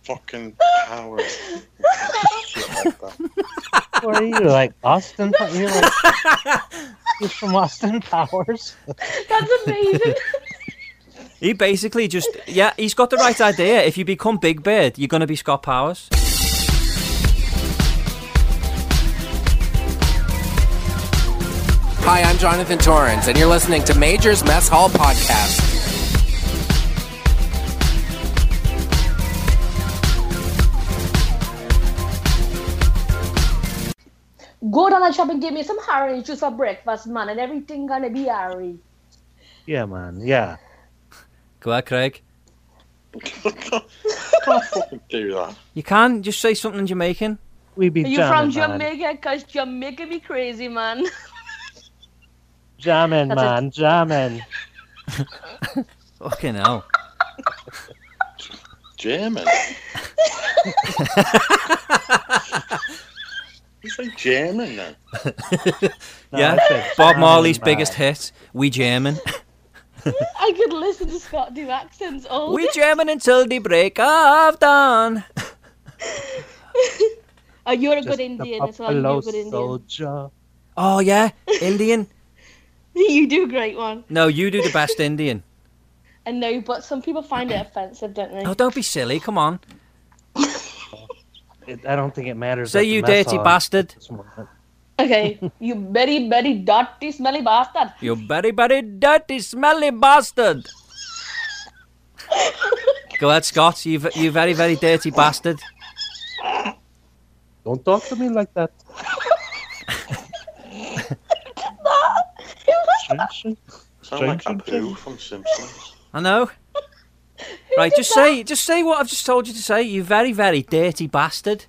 D: fucking Powers. Shit like that.
A: What are you like, Austin? Po- You're like, you're from Austin Powers.
E: That's amazing.
B: he basically just yeah, he's got the right idea. If you become Big Bird, you're gonna be Scott Powers.
I: Hi, I'm Jonathan Torrens, and you're listening to Major's Mess Hall Podcast.
E: Go down and shop and give me some orange juice for breakfast, man, and everything gonna be alright.
A: Yeah, man. Yeah.
B: Go ahead, Craig.
D: I can't, I can't fucking do that.
B: You can just say something Jamaican.
A: We be
E: Are you
A: jamming,
E: from
A: man.
E: Jamaica? Cause Jamaica be crazy, man.
A: Jamming,
E: That's a-
A: man. Jamming.
B: Fucking hell.
D: German. you say German then?
A: No,
B: yeah.
A: I said
B: Bob
A: jamming,
B: Marley's
A: man.
B: biggest hit. We German.
E: I could listen to Scott do accents all
B: we
E: day.
B: German until the break of dawn.
E: Oh, you're a
A: Just
E: good
A: a
E: Indian as well. You're a good Indian.
A: buffalo soldier.
B: Oh yeah, Indian.
E: You do a great one.
B: No, you do the best Indian.
E: I know, but some people find it offensive, don't they?
B: Oh, don't be silly. Come on.
A: It, I don't think it matters.
B: Say
A: at the
B: you
A: mess
B: dirty
A: hall
B: bastard.
A: at this moment.
E: Okay, you very, very dirty, smelly bastard.
B: You very, very dirty, smelly bastard. Go ahead, Scott. You, v- you very, very dirty bastard.
A: Don't talk to me like that. Strange.
D: Sound like
A: Strange
D: Apu from Simpsons.
B: I know. Right, just say, just say what I've just told you to say. You very, very dirty bastard.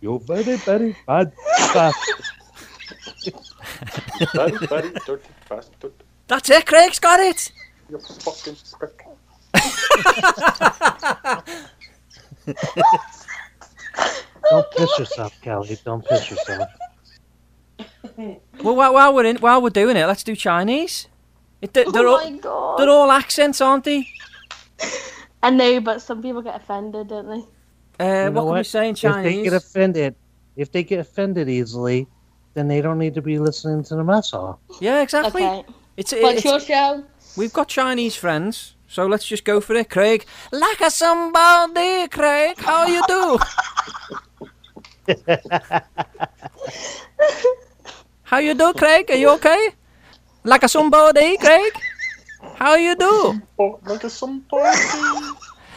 A: You're very, very bad. bastard.
D: very, very dirty bastard.
B: That's it. Craig's got it.
D: You fucking prick.
A: Don't piss yourself, Kelly. Don't piss yourself.
B: Well, while, while we're in, while we're doing it, let's do Chinese. It, they're,
E: oh
B: all,
E: my god.
B: they're all accents, aren't they?
E: I know, but some people get offended, don't they?
B: Uh,
A: You know
B: what can we say in
A: If they
B: Chinese?
A: get offended, if they get offended easily, then they don't need to be listening to the mess hall.
B: yeah, exactly.
E: Okay.
B: It's,
E: What's
B: it's,
E: your show?
B: We've got Chinese friends, so let's just go for it, Craig. Like a somebody, Craig. How you do? How you do, Craig? Are you okay? Like a somebody, Craig. How you do?
D: Oh, like a somebody.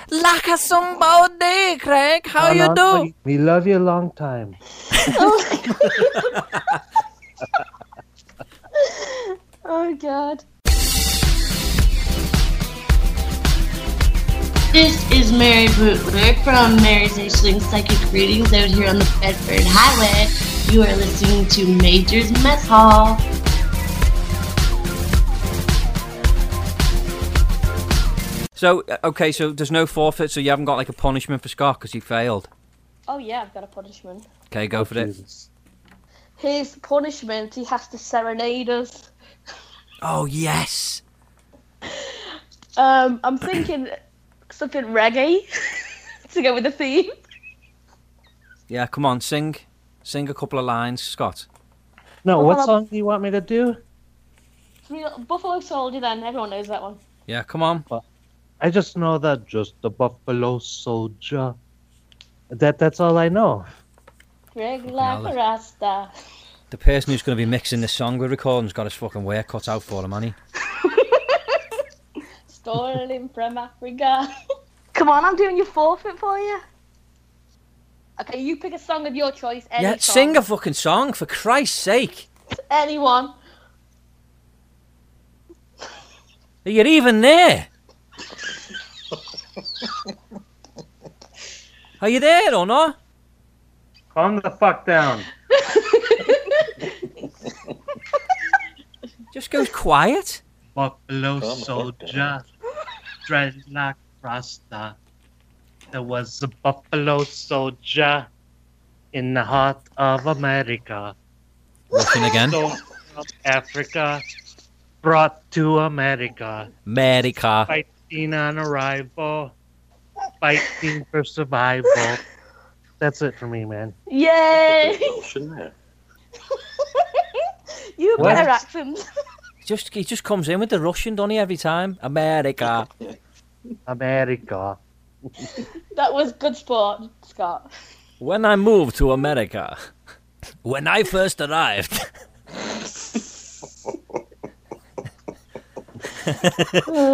B: Like a somebody, Craig. How
A: How
B: Oh, you
A: long-
B: do?
A: We love you a long time.
E: Oh god.
J: This is Mary Bootler from Mary's Aisling Psychic Readings out here on the Bedford Highway. You are listening to Major's Mess Hall.
B: So uh, okay, so there's no forfeit, so you haven't got like a punishment for Scott because he failed.
E: Oh yeah, I've got a punishment.
B: Okay, go for it.
A: Jesus.
E: His punishment, he has to serenade us.
B: Oh yes.
E: Um, I'm thinking something reggae to go with the theme.
B: Yeah, come on, sing, sing a couple of lines, Scott.
A: No,
E: Well,
A: what
E: I'll-
A: song do you want me to do?
E: Real Buffalo Soldier then, everyone knows that one.
B: Yeah, come on.
A: I just know that just a buffalo soldier. That that's all I know.
E: Greg like
B: hell.
E: a Rasta.
B: The person who's going to be mixing this song we're recording's got his fucking work cut out for him, has he?
E: stolen from Africa.
K: Come on, I'm doing your forfeit for you.
E: Okay, you pick a song of your choice. Any
B: yeah,
E: song,
B: sing a fucking song for Christ's sake.
E: Anyone.
B: You're even there. Are you there or not?
L: Calm the fuck down.
B: Just goes quiet.
L: Buffalo soldier, dreadlock rasta. There was a buffalo soldier in the heart of America.
C: Looking again.
L: So from Africa, brought to America,
B: America.
L: fighting on arrival, fighting for survival. That's it for me, man.
E: Yay! you
B: What?
E: better accent.
B: Just he just comes in with the Russian, don't he? Every time, America,
L: America.
E: That was good sport, Scott.
B: When I moved to America, when I first arrived.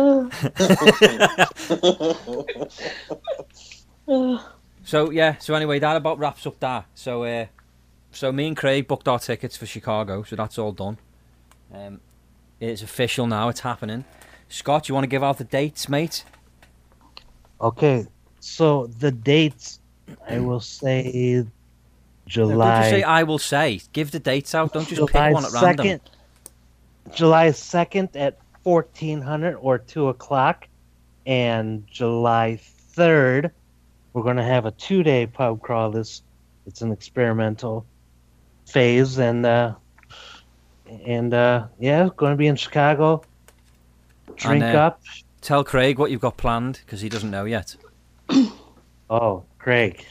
B: so yeah, so anyway, that about wraps up that. So uh, so me and Craig booked our tickets for Chicago, so that's all done. Um, it's official now; it's happening. Scott, you want to give out the dates, mate?
A: Okay, so the dates, I will say
B: Don't just say
A: July
B: I will say. Give the dates out. Oh, Don't just
A: July
B: pick one at random.
A: 2nd July second at fourteen hundred or two o'clock, and July third, we're gonna have a two day pub crawl. This it's an experimental phase, and uh, and uh, yeah, going to be in Chicago. Drink
B: And, uh,
A: up.
B: Tell Craig what you've got planned because he doesn't know yet.
A: oh, Craig.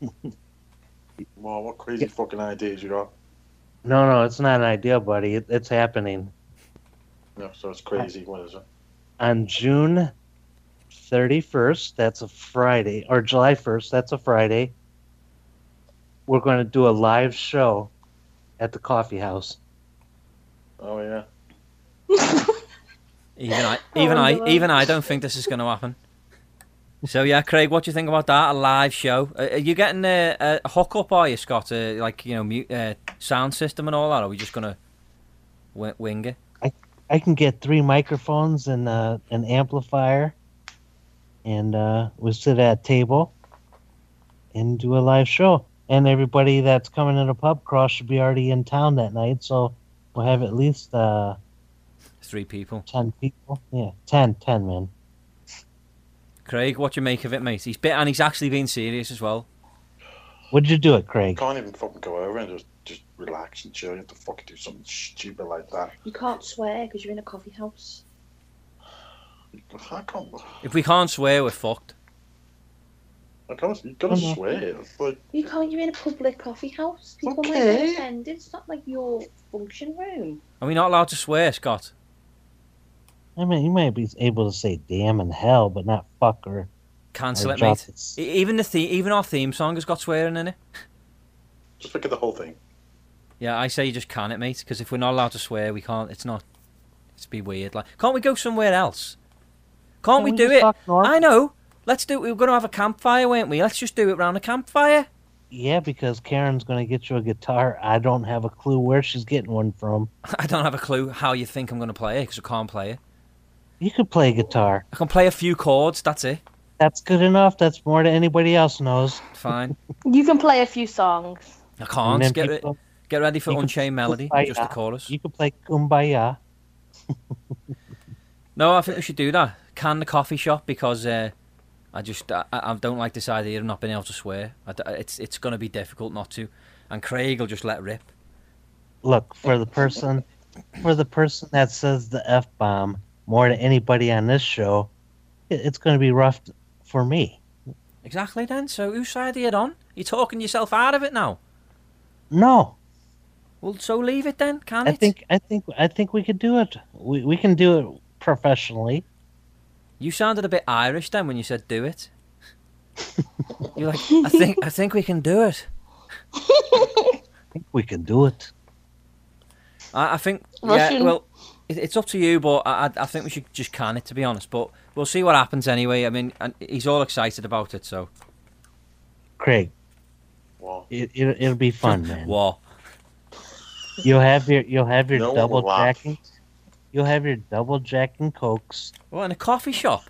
D: Well, what crazy fucking ideas you got?
A: No, no, it's not an idea, buddy. It, it's happening.
D: No, so it's crazy. What is it?
A: on June 31st, that's a Friday, or July 1st, that's a Friday, we're going to do a live show at the coffee house.
D: Oh yeah.
B: Even I, even
D: Oh,
B: I,
D: no.
B: even I don't think this is going to happen. So yeah, Craig, what do you think about that? A live show? Uh, Are are you getting a, a hookup? Are you Scott? Uh, like you know, mute, uh, sound system and all that? Or are we just gonna wi- wing it?
A: I can get three microphones and uh, an amplifier, and uh, we'll sit at a table and do a live show. And everybody that's coming in a pub cross should be already in town that night, so we'll have at least uh,
B: Three people.
A: 10 people. Yeah, 10, 10, man.
B: Craig, what do you make of it, mate? He's bit and he's actually being serious as well.
A: Would you do it, Craig?
D: Can't even fucking go over and just just relax and chill. You have to fucking do something stupid like that.
K: You can't swear because you're in a coffee house.
D: I can't.
B: If we can't swear, we're fucked.
D: I can't. You gotta
B: Mhm.
D: swear. It's like
K: You can't. You're in a public coffee house. People might
D: Okay.
K: get offended. It's not like your function room.
B: Are we not allowed to swear, Scott?
A: I mean, you might be able to say "damn" and "hell," but not "fuck" or
B: Cancel
A: or
B: it,
A: drop
B: mate. E- Even the the- even our theme song has got swearing in it.
D: just look at the whole thing.
B: Yeah, I say you just can it, mate. Because if we're not allowed to swear, we can't. It's not. It's be weird. Like, can't we go somewhere else? Can't
A: Can
B: we
A: we
B: do
A: just
B: it?
A: talk normal?
B: I know. Let's do. We were going to have a campfire, weren't we? Let's just do it round a campfire.
A: Yeah, because Karen's gonna get you a guitar. I don't have a clue where she's getting one from.
B: I don't have a clue how you think I'm going to play it because I can't play it.
A: You could play guitar.
B: I can play a few chords. That's it.
A: That's good enough. That's more than anybody else knows.
B: Fine.
E: You can play a few songs.
B: I
A: And then
B: can't. Get, re-
A: people-
B: get ready for
A: you can
B: Unchained Melody,
A: play
B: just the
A: that.
B: chorus.
A: You could play "Kumbaya."
B: No, I think we should do that. Can the coffee shop because uh, I just I, I I don't like this idea of not being able to swear. I d it's it's going to be difficult not to, and Craig will just let rip.
A: Look for the person, for the person that says the f bomb more than anybody on this show. It, it's gonna be rough for me.
B: Exactly then. So whose side are you on? You're talking yourself out of it now.
A: No,
B: Well, so leave it then, can
A: I
B: it?
A: think I think I think we could do it. We we can do it professionally.
B: You sounded a bit Irish then when you said do it. You're like, I think I think we can do it.
A: I think we can do it.
B: I, I think yeah,
A: Russian.
B: well it, it's up to you, but I, I- I think we should just can it to be honest. But we'll see what happens anyway. I mean, and he's all excited about it, so
A: Craig. It, it it'll be fun, man.
B: What?
A: You'll have your you'll have your
B: No
A: double
B: laugh.
A: jack and you'll have your double jack and cokes.
B: What in a coffee shop?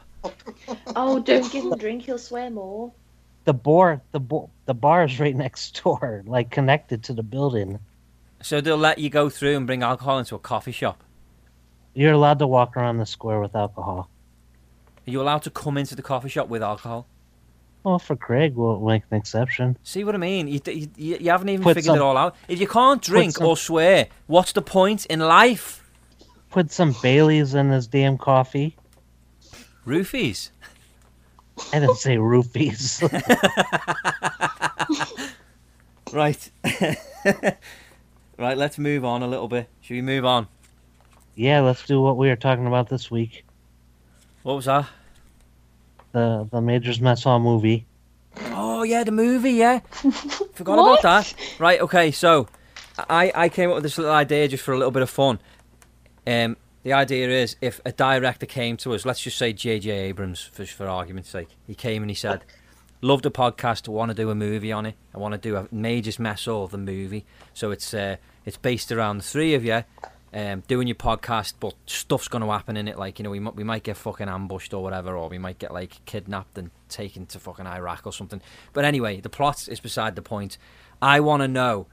K: Oh, don't give him a drink, he'll swear more.
A: The bar the bo- the bar is right next door, like connected to the building.
B: So they'll let you go through and bring alcohol into a coffee shop.
A: You're allowed to walk around the square with alcohol.
B: Are you allowed to come into the coffee shop with alcohol?
A: Well, for Craig, we'll make an exception.
B: See what I mean? You, you, you you haven't even
A: Put
B: figured
A: some-
B: it all out. If you can't drink
A: some-
B: or swear, what's the point in life?
A: Put some Baileys in his damn coffee.
B: Roofies.
A: I didn't say roofies.
B: Right. right, let's move on a little bit. Should we move on?
A: yeah, let's do what we were talking about this week.
B: What was that?
A: The the Major's Mess Hall movie.
B: Oh yeah, the movie, yeah. Forgot
M: What?
B: about that. Right, okay, so I, I came up with this little idea just for a little bit of fun. Um the idea is if a director came to us, let's just say JJ Abrams for for argument's sake. He came and he said, Love the podcast, wanna do a movie on it. I wanna do a major's mess all of the movie. So it's uh, it's based around the three of you. Um, doing your podcast, but stuff's going to happen in it. Like you know, we might, we might get fucking ambushed or whatever, or we might get like kidnapped and taken to fucking Iraq or something. But anyway, the plot is beside the point. I want to know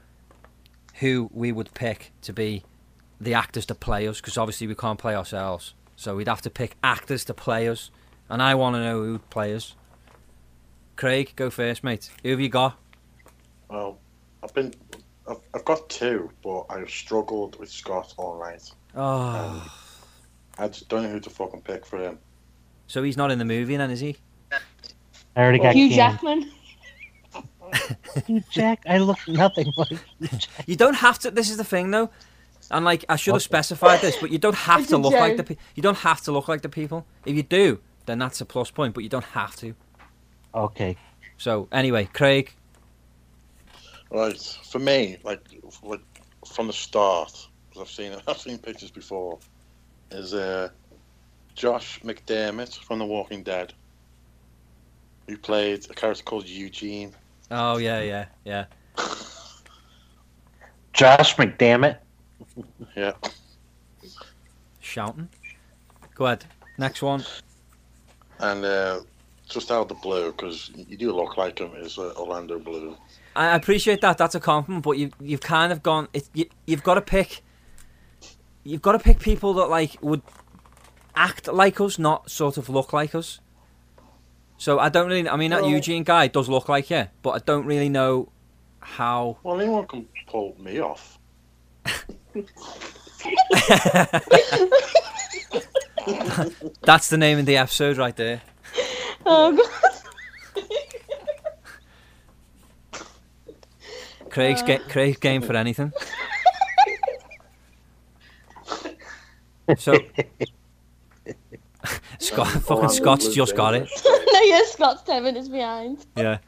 B: who we would pick to be the actors to play us, because obviously we can't play ourselves. So we'd have to pick actors to play us, and I want to know who would play us. Craig, go first, mate. Who have you got?
D: Well, I've been, I've, I've got two, but I've struggled with Scott all night.
B: Oh,
D: I just don't know who to fucking pick for him.
B: so he's not in the movie then, is he?
A: I already got
E: Hugh
A: canned.
E: Jackman.
A: Hugh Jack. I look nothing like Hugh Jack.
B: You don't have to. This is the thing, though. And like I should have specified this, but you don't have
A: It's a
B: to look like the
A: joke.
B: pe- you don't have to look like the people. If you do, then that's a plus point. But you don't have to.
A: Okay.
B: So anyway, Craig,
D: Right, for me, like, like from the start, 'cause I've seen I've seen pictures before, is uh, Josh McDermott from The Walking Dead, who played a character called Eugene.
B: Oh yeah, yeah, yeah.
A: Josh McDammit.
D: Yeah.
B: shouting. Go ahead. Next one.
D: And uh, just out of the blue, because you do look like him, is uh, Orlando Blue.
B: I I appreciate that. That's a compliment, but you you've kind of gone. It, you, you've got to pick. You've got to pick people that like would act like us, not sort of look like us. So I don't really. I mean, that
D: Well-
B: Eugene guy does look like yeah, but I don't really know how.
D: Well, anyone can pull me off.
B: That's the name of the episode right there.
E: Oh god.
B: Craig's get Craig's game for anything. So Scott,
D: Um,
B: fucking
D: Orlando
B: Scott's
D: Bloom's
B: just got it.
D: English.
E: no, yeah, Scott's ten minutes behind.
B: Yeah.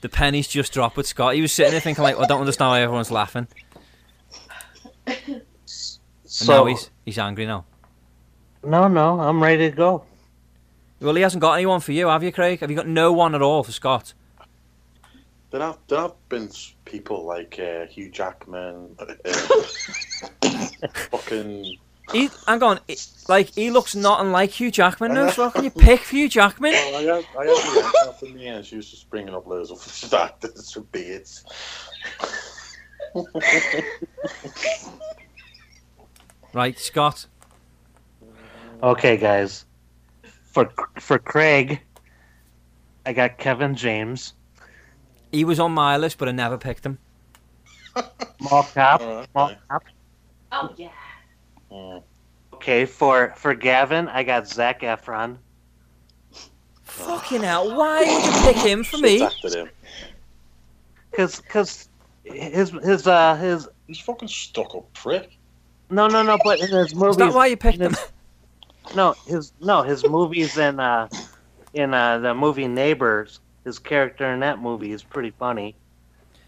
B: The pennies just dropped with Scott. He was sitting there thinking like, I don't understand why everyone's laughing. And now
A: So
B: he's he's angry now.
A: no, no, I'm ready to go.
B: Well, he hasn't got anyone for you, have you, Craig? Have you got no one at all for Scott?
D: There have, there have been s- people like uh, Hugh Jackman, uh, fucking.
B: He, hang on, he- like he looks not unlike Hugh Jackman now. So how can you pick Hugh Jackman?
D: Well, I had, I had the for me, and she was just bringing up loads of actors for beards.
B: Right, Scott.
A: Okay, guys. For for Craig, I got Kevin James,
B: He was on my list, but I never picked him.
A: Mall Cop. Mall Cop.
K: Oh, yeah.
A: Okay, for for Gavin, I got Zach Efron.
B: Fucking hell! Why would you pick him for me?
A: Cause cause his his uh his
D: he's fucking stuck up prick.
A: No, no, no. But in his movies,
B: why you picked
A: him? No, his no his movies in uh in uh the movie Neighbors. His character in that movie is pretty funny.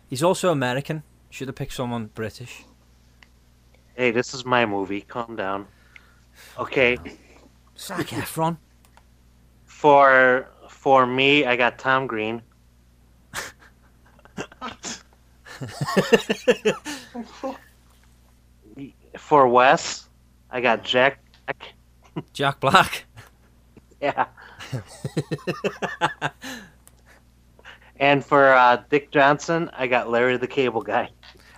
B: He's also American. Should have picked someone British.
A: Hey, this is my movie. Calm down.
L: Okay.
B: Zac Efron.
L: For for me, I got Tom Green. for Wes, I got Jack.
B: Jack Black.
L: Yeah. and for uh, Dick Johnson, I got Larry the Cable Guy.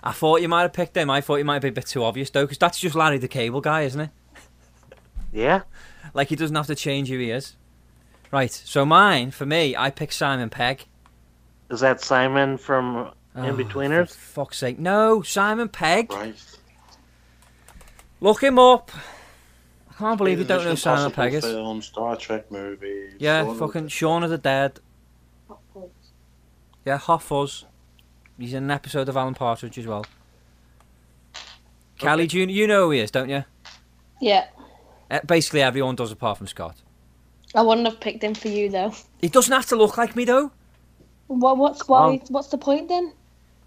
B: I thought you might have picked him. I thought you might be a bit too obvious though, because that's just Larry the Cable Guy, isn't it?
L: Yeah.
B: Like he doesn't have to change who he is. Right. So mine, for me, I picked Simon Pegg.
L: Is that Simon from
B: Oh,
L: In Betweeners?
B: fuck's sake. No, Simon Pegg. Look him up. I can't believe you don't know Simon Pegg is.
D: Film, Star Trek movies.
B: Yeah,
D: Lord of
B: fucking Shaun of the Dead. Yeah, Hot Fuzz. He's in an episode of Alan Partridge as well. Callie, do you, you know who he is, don't you?
E: Yeah.
B: Uh, basically, everyone does apart from Scott.
E: I wouldn't have picked him for you though.
B: He doesn't have to look like me though,
E: What, what's why?
B: Um,
E: what's the point then?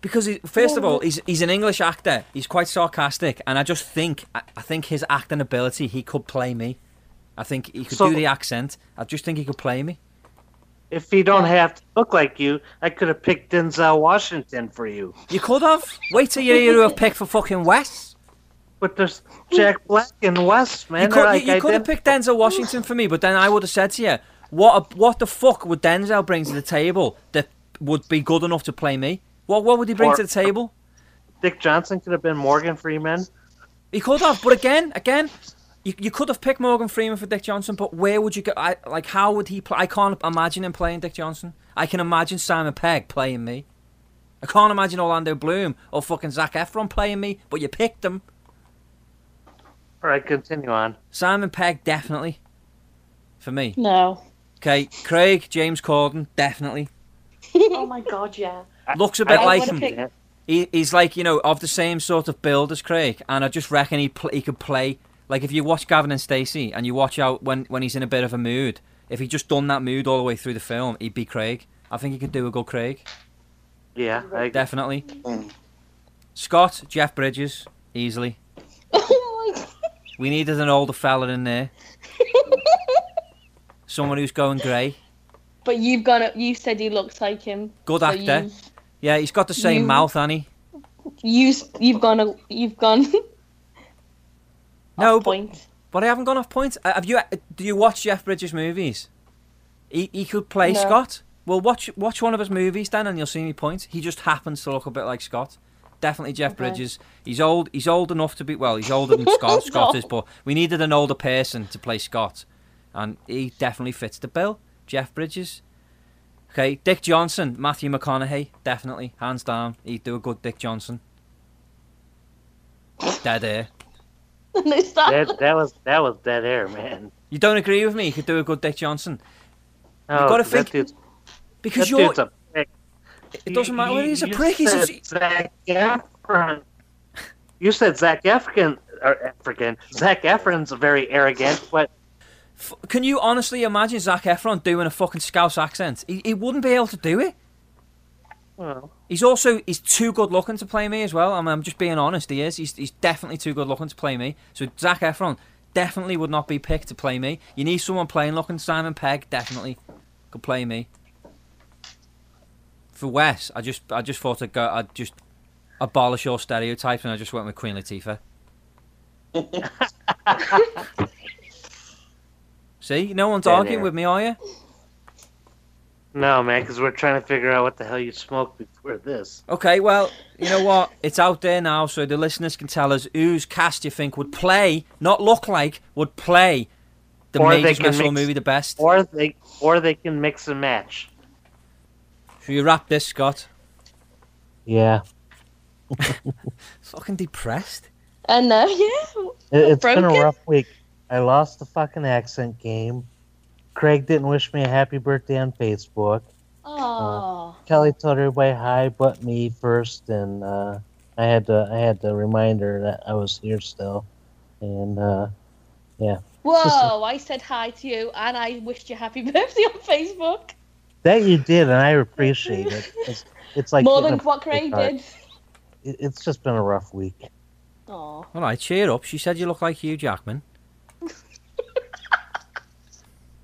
B: because he, first of all,
E: Yeah.
B: he's he's an English actor. He's quite sarcastic, and I just think I, I think his acting ability, he could play me. I think he could
L: So-
B: do the accent. I just think he could play me.
L: If he don't have to look like you, I could have picked Denzel Washington for you.
B: You could have. Wait till you hear who I picked for fucking Wes.
L: But there's Jack Black and Wes, man.
B: you could,
L: they're like
B: you, you could have
L: ident-
B: picked Denzel Washington for me, but then I would have said to you, what a, what the fuck would Denzel bring to the table that would be good enough to play me? What what would he bring
L: Or-
B: to the table?
L: Dick Johnson could have been Morgan Freeman.
B: He could have, but again, again, you, you could have picked Morgan Freeman for Dick Johnson, but where would you go? I, like, how would he play? I can't imagine him playing Dick Johnson. I can imagine Simon Pegg playing me. I can't imagine Orlando Bloom or fucking Zach Efron playing me, but you picked them.
L: All right, continue on.
B: Simon Pegg, definitely. For me.
E: No.
B: Okay, Craig, James Corden, definitely.
K: oh my god, yeah.
B: Looks a bit
K: I
B: like
K: would've
B: him.
K: picked-
B: He, he's like, you know, of the same sort of build as Craig, and I just reckon he pl- he could play. Like, if you watch Gavin and Stacey and you watch out when, when he's in a bit of a mood, if he just done that mood all the way through the film, he'd be Craig. I think he could do a good Craig.
L: Yeah, I
B: Definitely. Scott, Jeff Bridges, easily.
E: Oh my
B: We needed an older fella in there. Someone who's going grey.
E: But you've gone. up- You said he looks like him.
B: Good
E: so
B: actor. Yeah, he's got the same
E: You-
B: mouth, Annie.
E: You, you you've gone. a- You've gone.
B: No,
E: Oh,
B: but, but I haven't gone off point. Uh, Have you? uh, Do you watch Jeff Bridges movies? He, he could play
E: No.
B: Scott. Well, watch watch one of his movies then, and you'll see me point. He just happens to look a bit like Scott. Definitely Jeff
E: Okay.
B: Bridges. He's old. He's old enough to be well. He's older than Scott. Scott is,
E: No.
B: but we needed an older person to play Scott, and he definitely fits the bill. Jeff Bridges. Okay, Dick Johnson, Matthew McConaughey, definitely, hands down. He'd do a good Dick Johnson. Dead air.
E: no, stop.
L: That, that was that was dead air, man.
B: You don't agree with me? You could do a good Dick Johnson.
L: No,
B: You've got to
L: Oh, that
B: think
L: dude's- that
B: because you're.
L: dude's a prick.
B: It doesn't matter whether he's a
L: You
B: prick. He's
L: said
B: a,
L: Zac Efron. You said Zach Efron. Or African. Zach Efron's very arrogant, but
B: f- can you honestly imagine Zac Efron doing a fucking Scouse accent? He, he wouldn't be able to do it.
L: well,
B: He's also he's too good looking to play me as well. I'm, I'm just being honest. He is. He's, he's definitely too good looking to play me. So Zac Efron definitely would not be picked to play me. You need someone plain looking. Simon Pegg definitely could play me. For Wes, I just I just thought I'd go. I'd just abolish your stereotypes and I just went with Queen Latifah. See, no one's
L: Dead
B: arguing
L: air.
B: with me, are you?
L: no, man, because we're trying to figure out what the hell you smoked before this.
B: Okay, well, you know what? It's out there now, so the listeners can tell us whose cast you think would play, not look like, would play the
L: Or they
B: Majors
L: can
B: Missile
L: mix-
B: movie the best.
L: Or they, or they can mix and match.
B: Should you wrap this, Scott?
A: Yeah.
B: Fucking depressed.
E: And no, yeah.
A: It, has
E: Broken?
A: been a rough week. I lost the fucking accent game. Craig didn't wish me a happy birthday on Facebook.
E: Aww.
A: Kelly told everybody hi but me first, and uh, I had to I had to remind her that I was here still, and uh, yeah,
E: Whoa! I said hi to you, and I wished you happy birthday on Facebook.
A: that you did, and I appreciate it. It's, it's like
E: More
A: getting
E: than
A: a
E: what Craig
A: card.
E: did.
A: It- It's just been a rough week.
E: Aww.
B: All right, cheer up. She said you look like Hugh Jackman.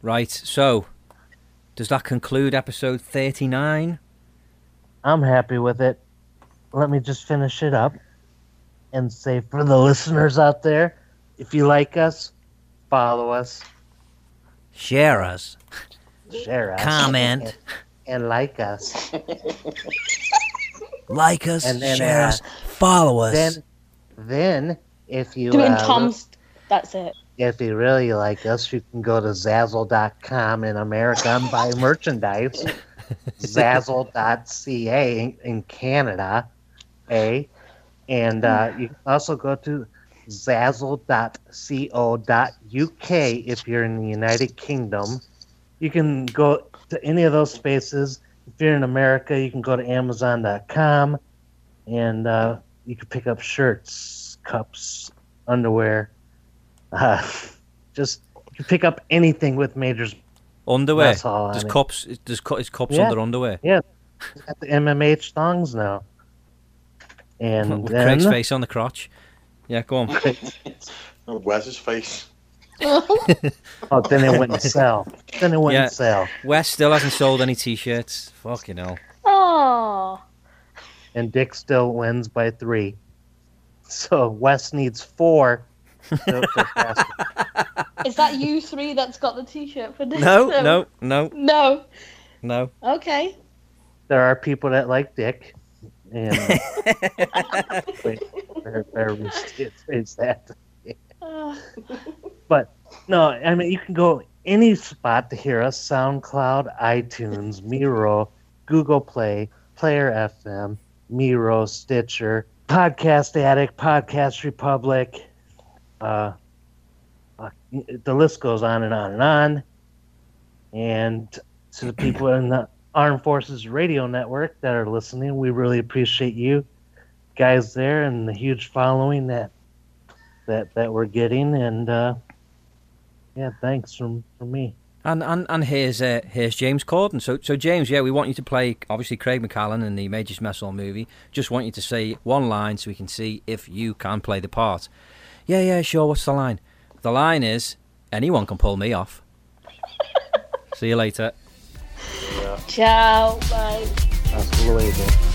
B: Right, so does that conclude episode 39?
A: I'm happy with it. Let me just finish it up and say for the listeners out there, if you like us, follow us,
B: Share us.
A: share us,
B: Comment.
A: and, and like us.
B: Like us,
A: And then,
B: share
A: uh,
B: us, follow us.
A: Then, then if you
E: Doing
A: uh,
E: Tom's. That's it.
A: if you really like us, you can go to Zazzle.com in America and buy merchandise. Zazzle.ca in, in Canada, eh? And uh, you can also go to Zazzle.co.uk if you're in the United Kingdom. You can go to any of those spaces. If you're in America, you can go to Amazon.com and uh, you can pick up shirts, cups, underwear. Uh, just you can pick up anything with majors.
B: Underwear.
A: That's all I
B: There's
A: mean.
B: cups. There's cu- is cups
A: Yeah.
B: under underwear.
A: Yeah, it's got the MMH thongs now. And
B: With
A: then
B: Craig's face on the crotch. Yeah, go on.
D: Where's his face?
A: oh, then it wouldn't sell. Then it wouldn't
B: Yeah.
A: sell.
B: Wes still hasn't sold any t-shirts. Fucking hell.
E: Oh.
A: And Dick still wins by three. So Wes needs four. to- to pass.
E: Is that you three that's got the T-shirt for this?
B: No, no, no,
E: No.
B: no.
E: Okay.
A: there are people that like Dick. And uh, wait, where, where was is that?
E: Uh,
A: But no, I mean you can go any spot to hear us: SoundCloud, iTunes, Miro, Google Play, Player FM, Miro, Stitcher, Podcast Addict, Podcast Republic. Uh, uh, the list goes on and on and on. And to the people in the Armed Forces Radio Network that are listening, we really appreciate you guys there and the huge following that that that we're getting and uh yeah thanks from from me
B: And and and here's uh, here's James Corden. So so James, yeah, we want you to play obviously Craig McCallan in the Majors Mess Hall movie. Just want you to say one line so we can see if you can play the part. Yeah, yeah, sure. What's the line? The line is anyone can pull me off. see you later.
E: ciao. Bye.
A: that's the way it is.